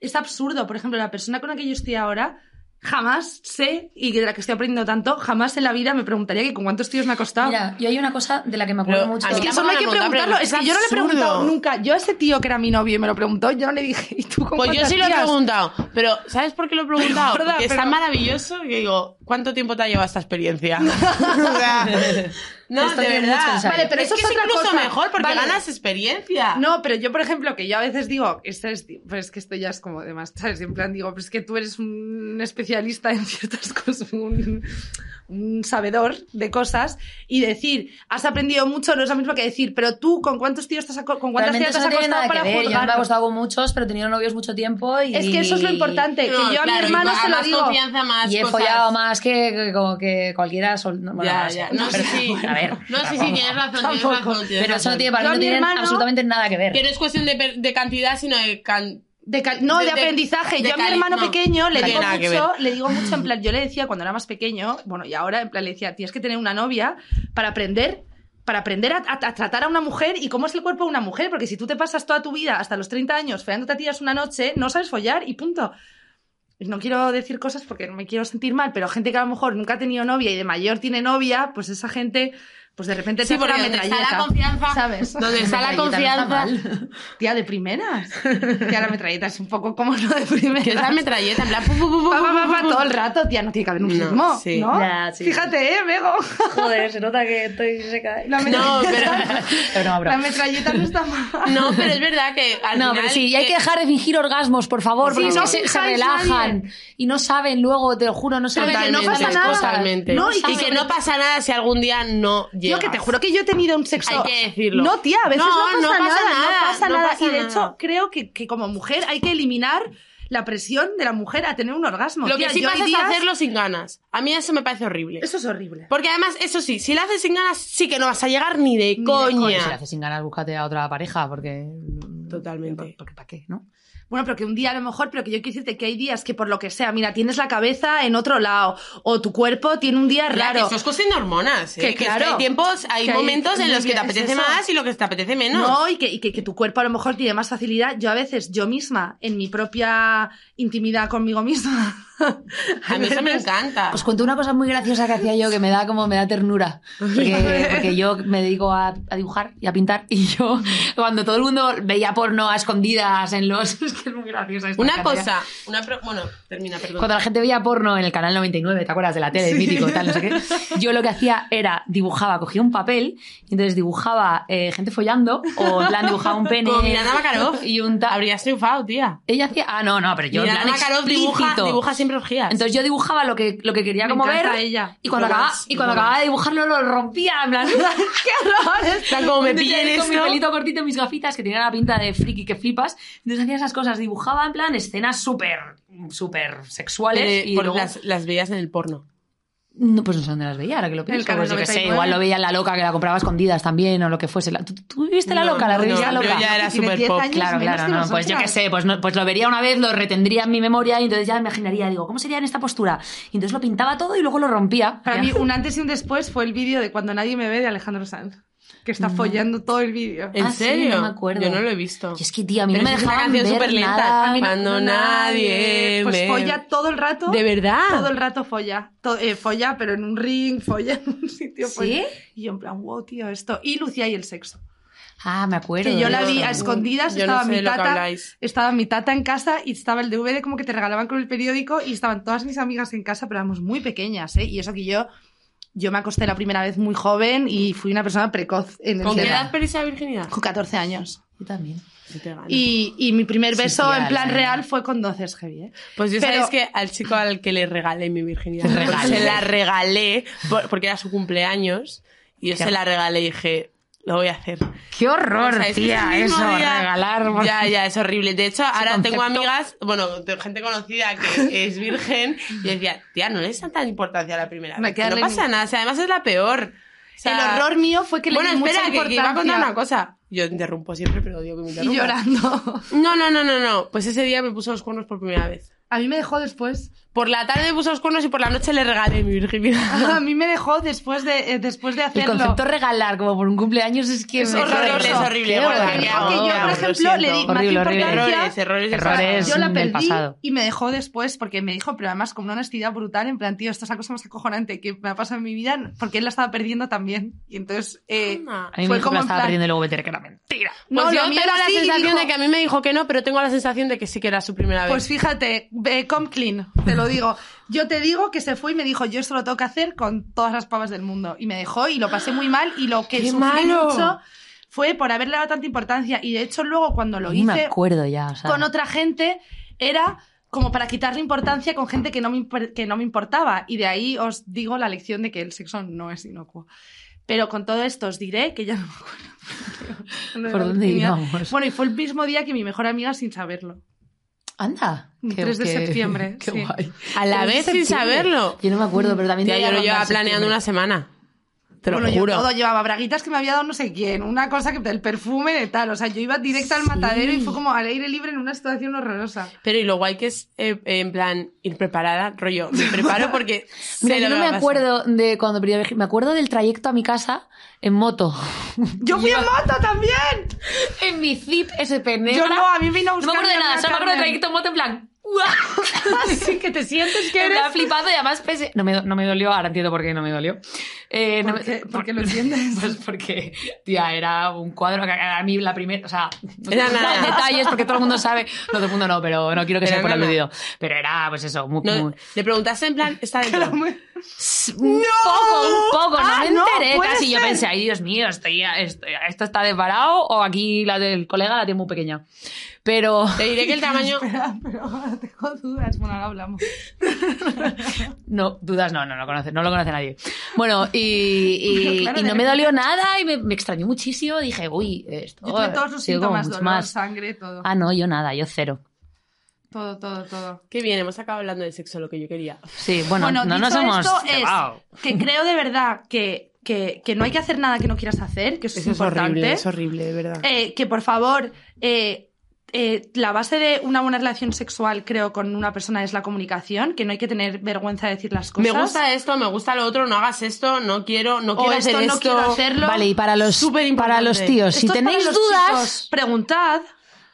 es absurdo. Por ejemplo, la persona con la que yo estoy ahora jamás sé, y de la que estoy aprendiendo tanto, jamás en la vida me preguntaría que con cuántos tíos me ha costado. Mira, yo hay una cosa de la que me acuerdo Pero mucho. a mí es que tampoco eso no hay me que lo preguntan, preguntarlo. pero Es es que yo no le he absurdo. preguntado nunca. Yo a ese tío que era mi novio y me lo preguntó, yo no le dije, ¿y tú con Pues yo cuántas sí lo he tías?". preguntado, pero ¿sabes por qué lo he preguntado? Pero, gorda, Porque está pero- maravilloso que digo, ¿cuánto tiempo te ha llevado esta experiencia? O sea, no, Esto de tiene mucho verdad. ensayo. Vale, pero es eso que es otra incluso cosa. mejor porque Vale. ganas experiencia. No, pero yo, por ejemplo, que yo a veces digo, esto es, pero es que esto ya es como de más, ¿sabes? En plan, digo, pero es que tú eres un especialista en ciertas cosas, un, un sabedor de cosas, y decir, has aprendido mucho, no es lo mismo que decir, pero tú, ¿con cuántos tíos te has, aco- con cuántas Realmente tías te eso has no tiene acostado nada para que ver. Yo no juzgar? me he acostado con muchos, pero he tenido novios mucho tiempo y... Es que eso es lo importante, que yo a mi hermano se lo digo. confianza, más Y he cosas. follado más que, que- como que cualquiera... sol- no, bueno, Ya, no sé. ya. No sé si... Bueno, a ver, No sé si tienes razón, tienes Tampoco. razón, tienes Pero eso no razón. tiene, para mí Yo a no mi tiene hermano- absolutamente nada que ver. Que no es cuestión de, per- de cantidad, sino de... can- De cal- no, de, De- de- aprendizaje. de yo a mi cali- hermano no, pequeño le no digo, tiene nada que mucho, le digo mucho, en plan, yo le decía cuando era más pequeño, bueno, y ahora en plan le decía, tienes que tener una novia para aprender para aprender a, a- a tratar a una mujer y cómo es el cuerpo de una mujer, porque si tú te pasas toda tu vida hasta los 30 años follándote a tías una noche, no sabes follar y punto. Y No quiero decir cosas porque me quiero sentir mal, pero gente que a lo mejor nunca ha tenido novia y de mayor tiene novia, pues esa gente, pues de repente Sí, te hace porque una donde está la metralleta, confianza... ¿sabes? Donde está la Metralleta no está confianza... Tía, de primeras. Tía, la metralleta es un poco como no de primeras. Que es la metralleta, en plan... pu, pu, pu, pu, Pa, pa, pa, pu, pa, pu, pu. todo el rato, tía, no tiene que haber un No, ritmo, ¿no? sí. Ya, sí. Fíjate, eh, Bego. Joder, se nota que estoy seca. eh. La No, pero... metralleta, Pero no, bro. la metralleta no está mal. No, pero es verdad que al No, final... pero sí, y hay que dejar de fingir orgasmos, por favor, Sí, porque no es que se, se finjáis relajan y no saben luego, te lo juro, no saben Totalmente, de no pasa las nada. cosas. Totalmente. No, y y, que- que no pasa nada si algún día no Yo llegas. que te juro que yo he tenido un sexo. Hay que decirlo. No, tía, a veces no, No, pasa, no pasa nada, nada, No pasa no nada. pasa y de nada. hecho, creo que, que como mujer hay que eliminar la presión de la mujer a tener un orgasmo. Lo Tía, que sí yo pasa hay días- es hacerlo sin ganas. A mí eso me parece horrible. Eso es horrible. Porque además, eso sí, si lo haces sin ganas, sí que no vas a llegar ni de de coña. Joder, si lo haces sin ganas, búscate a otra pareja, porque. Totalmente. Porque para qué, ¿no? Bueno, pero que un día a lo mejor, pero que yo quiero decirte que hay días que por lo que sea, mira, tienes la cabeza en otro lado o tu cuerpo tiene un día Claro, raro. Esto es cuestión de hormonas. ¿eh? Que Que claro. hay tiempos, hay Que hay- momentos en muy los que te bien, es apetece eso. más y lo que te apetece menos. No, y que, y que- que tu cuerpo a lo mejor tiene más facilidad. Yo a veces, yo misma, en mi propia intimidad conmigo misma. a mí eso me encanta. Os cuento una cosa muy graciosa que hacía yo que me da como me da ternura. Porque, porque yo me dedico a, a dibujar y a pintar. Y yo, cuando todo el mundo veía porno a escondidas en los. Es que es muy graciosa esta una cantidad. cosa, una pro- bueno, termina, perdón. Cuando la gente veía porno en el canal 99, ¿te acuerdas de la tele, el mítico, tal, no sé qué? Yo lo que hacía era dibujaba, cogía un papel y entonces dibujaba eh, gente follando o en plan dibujaba un pene. Como Miranda Makarov. y un tal. Habrías triunfado, tía. Ella hacía. Ah, no, no, pero yo. en Miranda plan Makarov dibuja, explícito. dibuja siempre orgías. Entonces yo dibujaba lo que, lo que quería Me como ver. encanta ella. Y cuando, Lo acababa, más, y cuando lo acababa de dibujarlo lo rompía, en plan. ¡Qué horror! Tan como me Entonces, pillen con mi esto. pelito cortito y mis gafitas que tenían la pinta de friki que flipas. Entonces hacía esas cosas, dibujaba en plan escenas súper, súper sexuales. Eh, y por- luego- las, las veías en el porno. No, pues no sé dónde las veía, ahora que lo pienso. canal pues yo qué sé, 99. igual lo veía en La Loca, que la compraba a escondidas también, o lo que fuese. La- ¿Tú, tú viste La No, Loca, la no, revista no, Loca? yo ya era Tiene súper 10 pop. años Claro, menos claro, que no, pues yo qué nosotras. sé, pues, no- pues lo vería una vez, lo retendría en mi memoria y entonces ya me imaginaría, digo, ¿cómo sería en esta postura? Y entonces lo pintaba todo y luego lo rompía. Para Ya. mí, un antes y un después fue el vídeo de cuando nadie me ve de Alejandro Sanz. Que Mm. está follando todo el vídeo. ¿En Ah, sí, serio? no me acuerdo. Yo no lo he visto. Y es que, tía, a mí Pero no me es una dejaban canción ver superlenta. nada. A mí no- Cuando nadie Pues me- folla todo el rato. ¿De verdad? Todo el rato folla. To- eh, folla, pero en un ring, folla en un sitio. ¿Sí? folla. Y yo en plan, wow, tío, esto. Y Lucía y el sexo. Ah, me acuerdo. Que yo la de vi eso. a escondidas, Yo estaba no sé mi lo que tata, habláis. estaba mi tata en casa y estaba el DVD como que te regalaban con el periódico y estaban todas mis amigas en casa, pero éramos muy pequeñas, ¿eh? Y eso que yo, yo me acosté la primera vez muy joven y fui una persona precoz en el ¿Con qué tema. edad Ah, perdiste la virginidad? Con 14 años. Yo también. Y, Y, y mi primer Sí, beso tía, en plan la- real fue con 12, es heavy, ¿eh? pues yo pero- sabes que al chico al que le regalé mi virginidad, Te porque regalé. se la regalé por- porque era su cumpleaños y yo Qué- se la regalé y dije, lo voy a hacer. ¡Qué horror, O sea, es que tía! ese mismo eso, día- regalar. bueno. Ya, ya, es horrible. De hecho, ahora tengo concepto. amigas, bueno, de gente conocida que es virgen, y decía, tía, no le es tanta importancia a la primera No hay vez. que No darle pasa nada, o sea, además es la peor. O sea, el horror mío fue que Bueno, le di espera, mucha que, que iba a contar importancia una cosa. Yo interrumpo siempre, pero digo que me Y interrumpo. llorando. No, no, no, no, no. Pues ese día me puso los cuernos por primera vez. A mí me dejó después. Por la tarde me puso los cuernos y por la noche le regalé mi virginidad. A mí me dejó después de, eh, después de Ah. El hacerlo. concepto regalar como por un cumpleaños es que Es me- horroroso. horrible, es horrible. Qué Bueno, horror. que Porque yo, por lo ejemplo, le di siento. más Horrible, horrible. importancia. Errores, errores, Errores. Yo la del perdí pasado. y me dejó después porque me dijo, pero además con una honestidad brutal, en plan, tío, esto es la cosa más acojonante que me ha pasado en mi vida, porque él la estaba perdiendo también. Y entonces, eh, Anda. A mí Fue me dijo que como la en estaba plan- perdiendo y luego me enteré que era mentira. Pues no, yo lo mío tengo era la así, sensación dijo, de que a mí me dijo que no, pero tengo la sensación de que sí que era su primera vez. Pues fíjate, eh, come clean, te lo digo. Yo te digo que se fue y me dijo, yo esto lo tengo que hacer con todas las pavas del mundo. Y me dejó y lo pasé muy mal y lo que ¡Qué sufrí malo! mucho fue por haberle dado tanta importancia. Y de hecho luego cuando lo Ni me hice acuerdo ya, o sea. con otra gente era como para quitarle importancia con gente que no, me, imper- que no me importaba. Y de ahí os digo la lección de que el sexo no es inocuo. Pero con todo esto os diré que ya no me acuerdo. ¿Por dónde íbamos? Bueno, y fue el mismo día que mi mejor amiga sin saberlo. Anda. Un qué- 3 de qué- septiembre, Qué sí. guay. a la Pero vez es sin septiembre. saberlo. Yo no me acuerdo, pero también Tía, tenía yo lo la llevaba ronda de planeando una septiembre. semana. Te lo Bueno, yo juro. todo llevaba braguitas que me había dado no sé quién, una cosa que el perfume de tal. O sea, yo iba directa al Sí. matadero y fue como al aire libre en una situación horrorosa. Pero y lo guay que es, eh, eh, en plan, ir preparada, rollo. Me preparo porque. sé Mira, lo yo no que me va a pasar. acuerdo de cuando perdí la virginidad. Me acuerdo del trayecto a mi casa en moto. ¡Yo fui en moto también! en mi zip SP Yo negra. no, a mí vino a No buscar. me acuerdo de mi nada, amiga solo me acuerdo del Carmen. trayecto en moto en plan. ¡guau! Así que te sientes que Me eres. ha flipado y además pese... no, me, no me dolió, ahora entiendo por qué no me dolió. Eh, no ¿Por me- qué? Porque lo entiendes. Pues porque, tía, era un cuadro que a mí la primera, o sea, no Era quiero dar nada. detalles porque todo el mundo sabe, no todo el mundo no, pero no quiero que Era sea por nada. aludido. Pero era, pues eso, muy, No, muy- le preguntaste en plan, está dentro. un poco, un poco, no Ah, me no, enteré puede casi. Yo ser. pensé, ay, Dios mío, estoy, estoy- esto está desvarado o aquí la del colega la tiene muy pequeña. Pero Te diré que el tamaño. Espera, pero ahora tengo dudas. Bueno, ahora hablamos. No, dudas no, no, lo conoce, no lo conoce nadie. Bueno, y, y, Bueno, claro, y de no me repente. dolió nada y me, me extrañó muchísimo. Dije, uy, esto Yo tuve todos los ha sido como síntomas, mucho dolor, más. sangre, todo. Ah, no, yo nada, yo cero. Todo, todo, todo. Qué bien, hemos acabado hablando de sexo, lo que yo quería. Sí, bueno, no dicho nos hemos esto es cebado. que creo de verdad que, que, que no hay que hacer nada que no quieras hacer, que eso, es importante. horrible, de verdad. Eh, que por favor, eh, eh, la base de una buena relación sexual, creo, con una persona es la comunicación, que no hay que tener vergüenza de decir las me cosas. gusta esto, me gusta lo otro, no hagas esto, no quiero, no O quiero esto, hacer no esto. quiero hacerlo. Vale, y para los, Superimportante. para los tíos, si Esto es para tenéis los dudas, chicos, preguntad.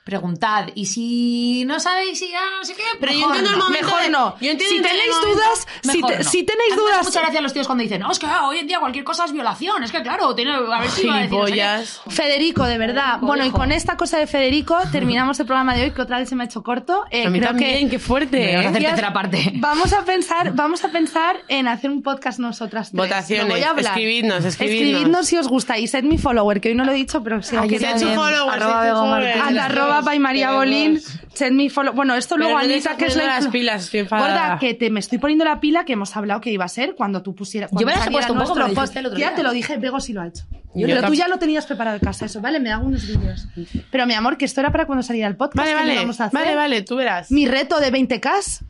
preguntad. Y si no sabéis, si ya no sé qué, Pero yo mejor entiendo el no. momento Mejor de- no. yo entiendo si el tenéis momento- dudas, si, Mejor te- no. si tenéis A mí me hace dudas, eh. Muchas gracias a los tíos cuando dicen, no, es que ah, hoy en día cualquier cosa es violación. Es que claro, tiene, a ver si iba a decir, no sé qué". Gilipollas. Federico, de verdad. Federico, bueno, y hijo. con esta cosa de Federico terminamos el programa de hoy, que otra vez se me ha hecho corto. Eh, A mí creo también, que qué Vamos a fuerte. ¿eh? hacer Gracias. tercera parte. vamos a pensar, vamos a pensar en hacer un podcast nosotras tres. Votaciones, Lo voy a hablar. escribidnos, escribidnos. Escribidnos si os ggusta y sed mi follower, que hoy no lo he dicho, pero sí. Ay, que yo Sed su también. follower, Arroba sed su Bego follower. Martínez. Al Las arroba dos, by María las Bolín, dos. sed mi follower. Bueno, esto luego Pero no te Anita, estás que es la poniendo las influ- pilas, estoy enfadada. Gorda, que te, me estoy poniendo la pila que hemos hablado que iba a ser cuando tú pusieras. Yo cuando me las he saliera puesto un poco, me lo nuestro dijiste el otro podcast. Ya día. te lo dije, Bego sí lo ha hecho. Yo pero tú tam- ya lo tenías preparado de casa, eso, ¿vale? Me hago unos vídeos. Pero mi amor, que esto era para cuando saliera el podcast. Vale, que lo vale, íbamos a hacer. vale, vale, tú verás. Mi reto de 20k,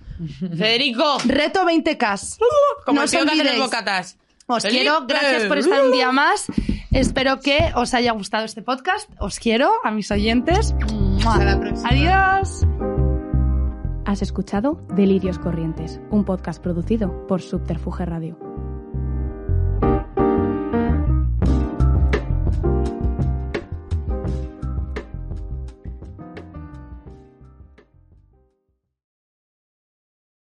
Federico, reto 20k. como no el os tío que hace los olvidéis. bocatas. Os Felipe. quiero, gracias por estar un día más. Espero que os haya gustado este podcast. Os quiero, a mis oyentes. Hasta la próxima. Adiós. Has escuchado Delirios Corrientes, un podcast producido por Subterfuge Radio.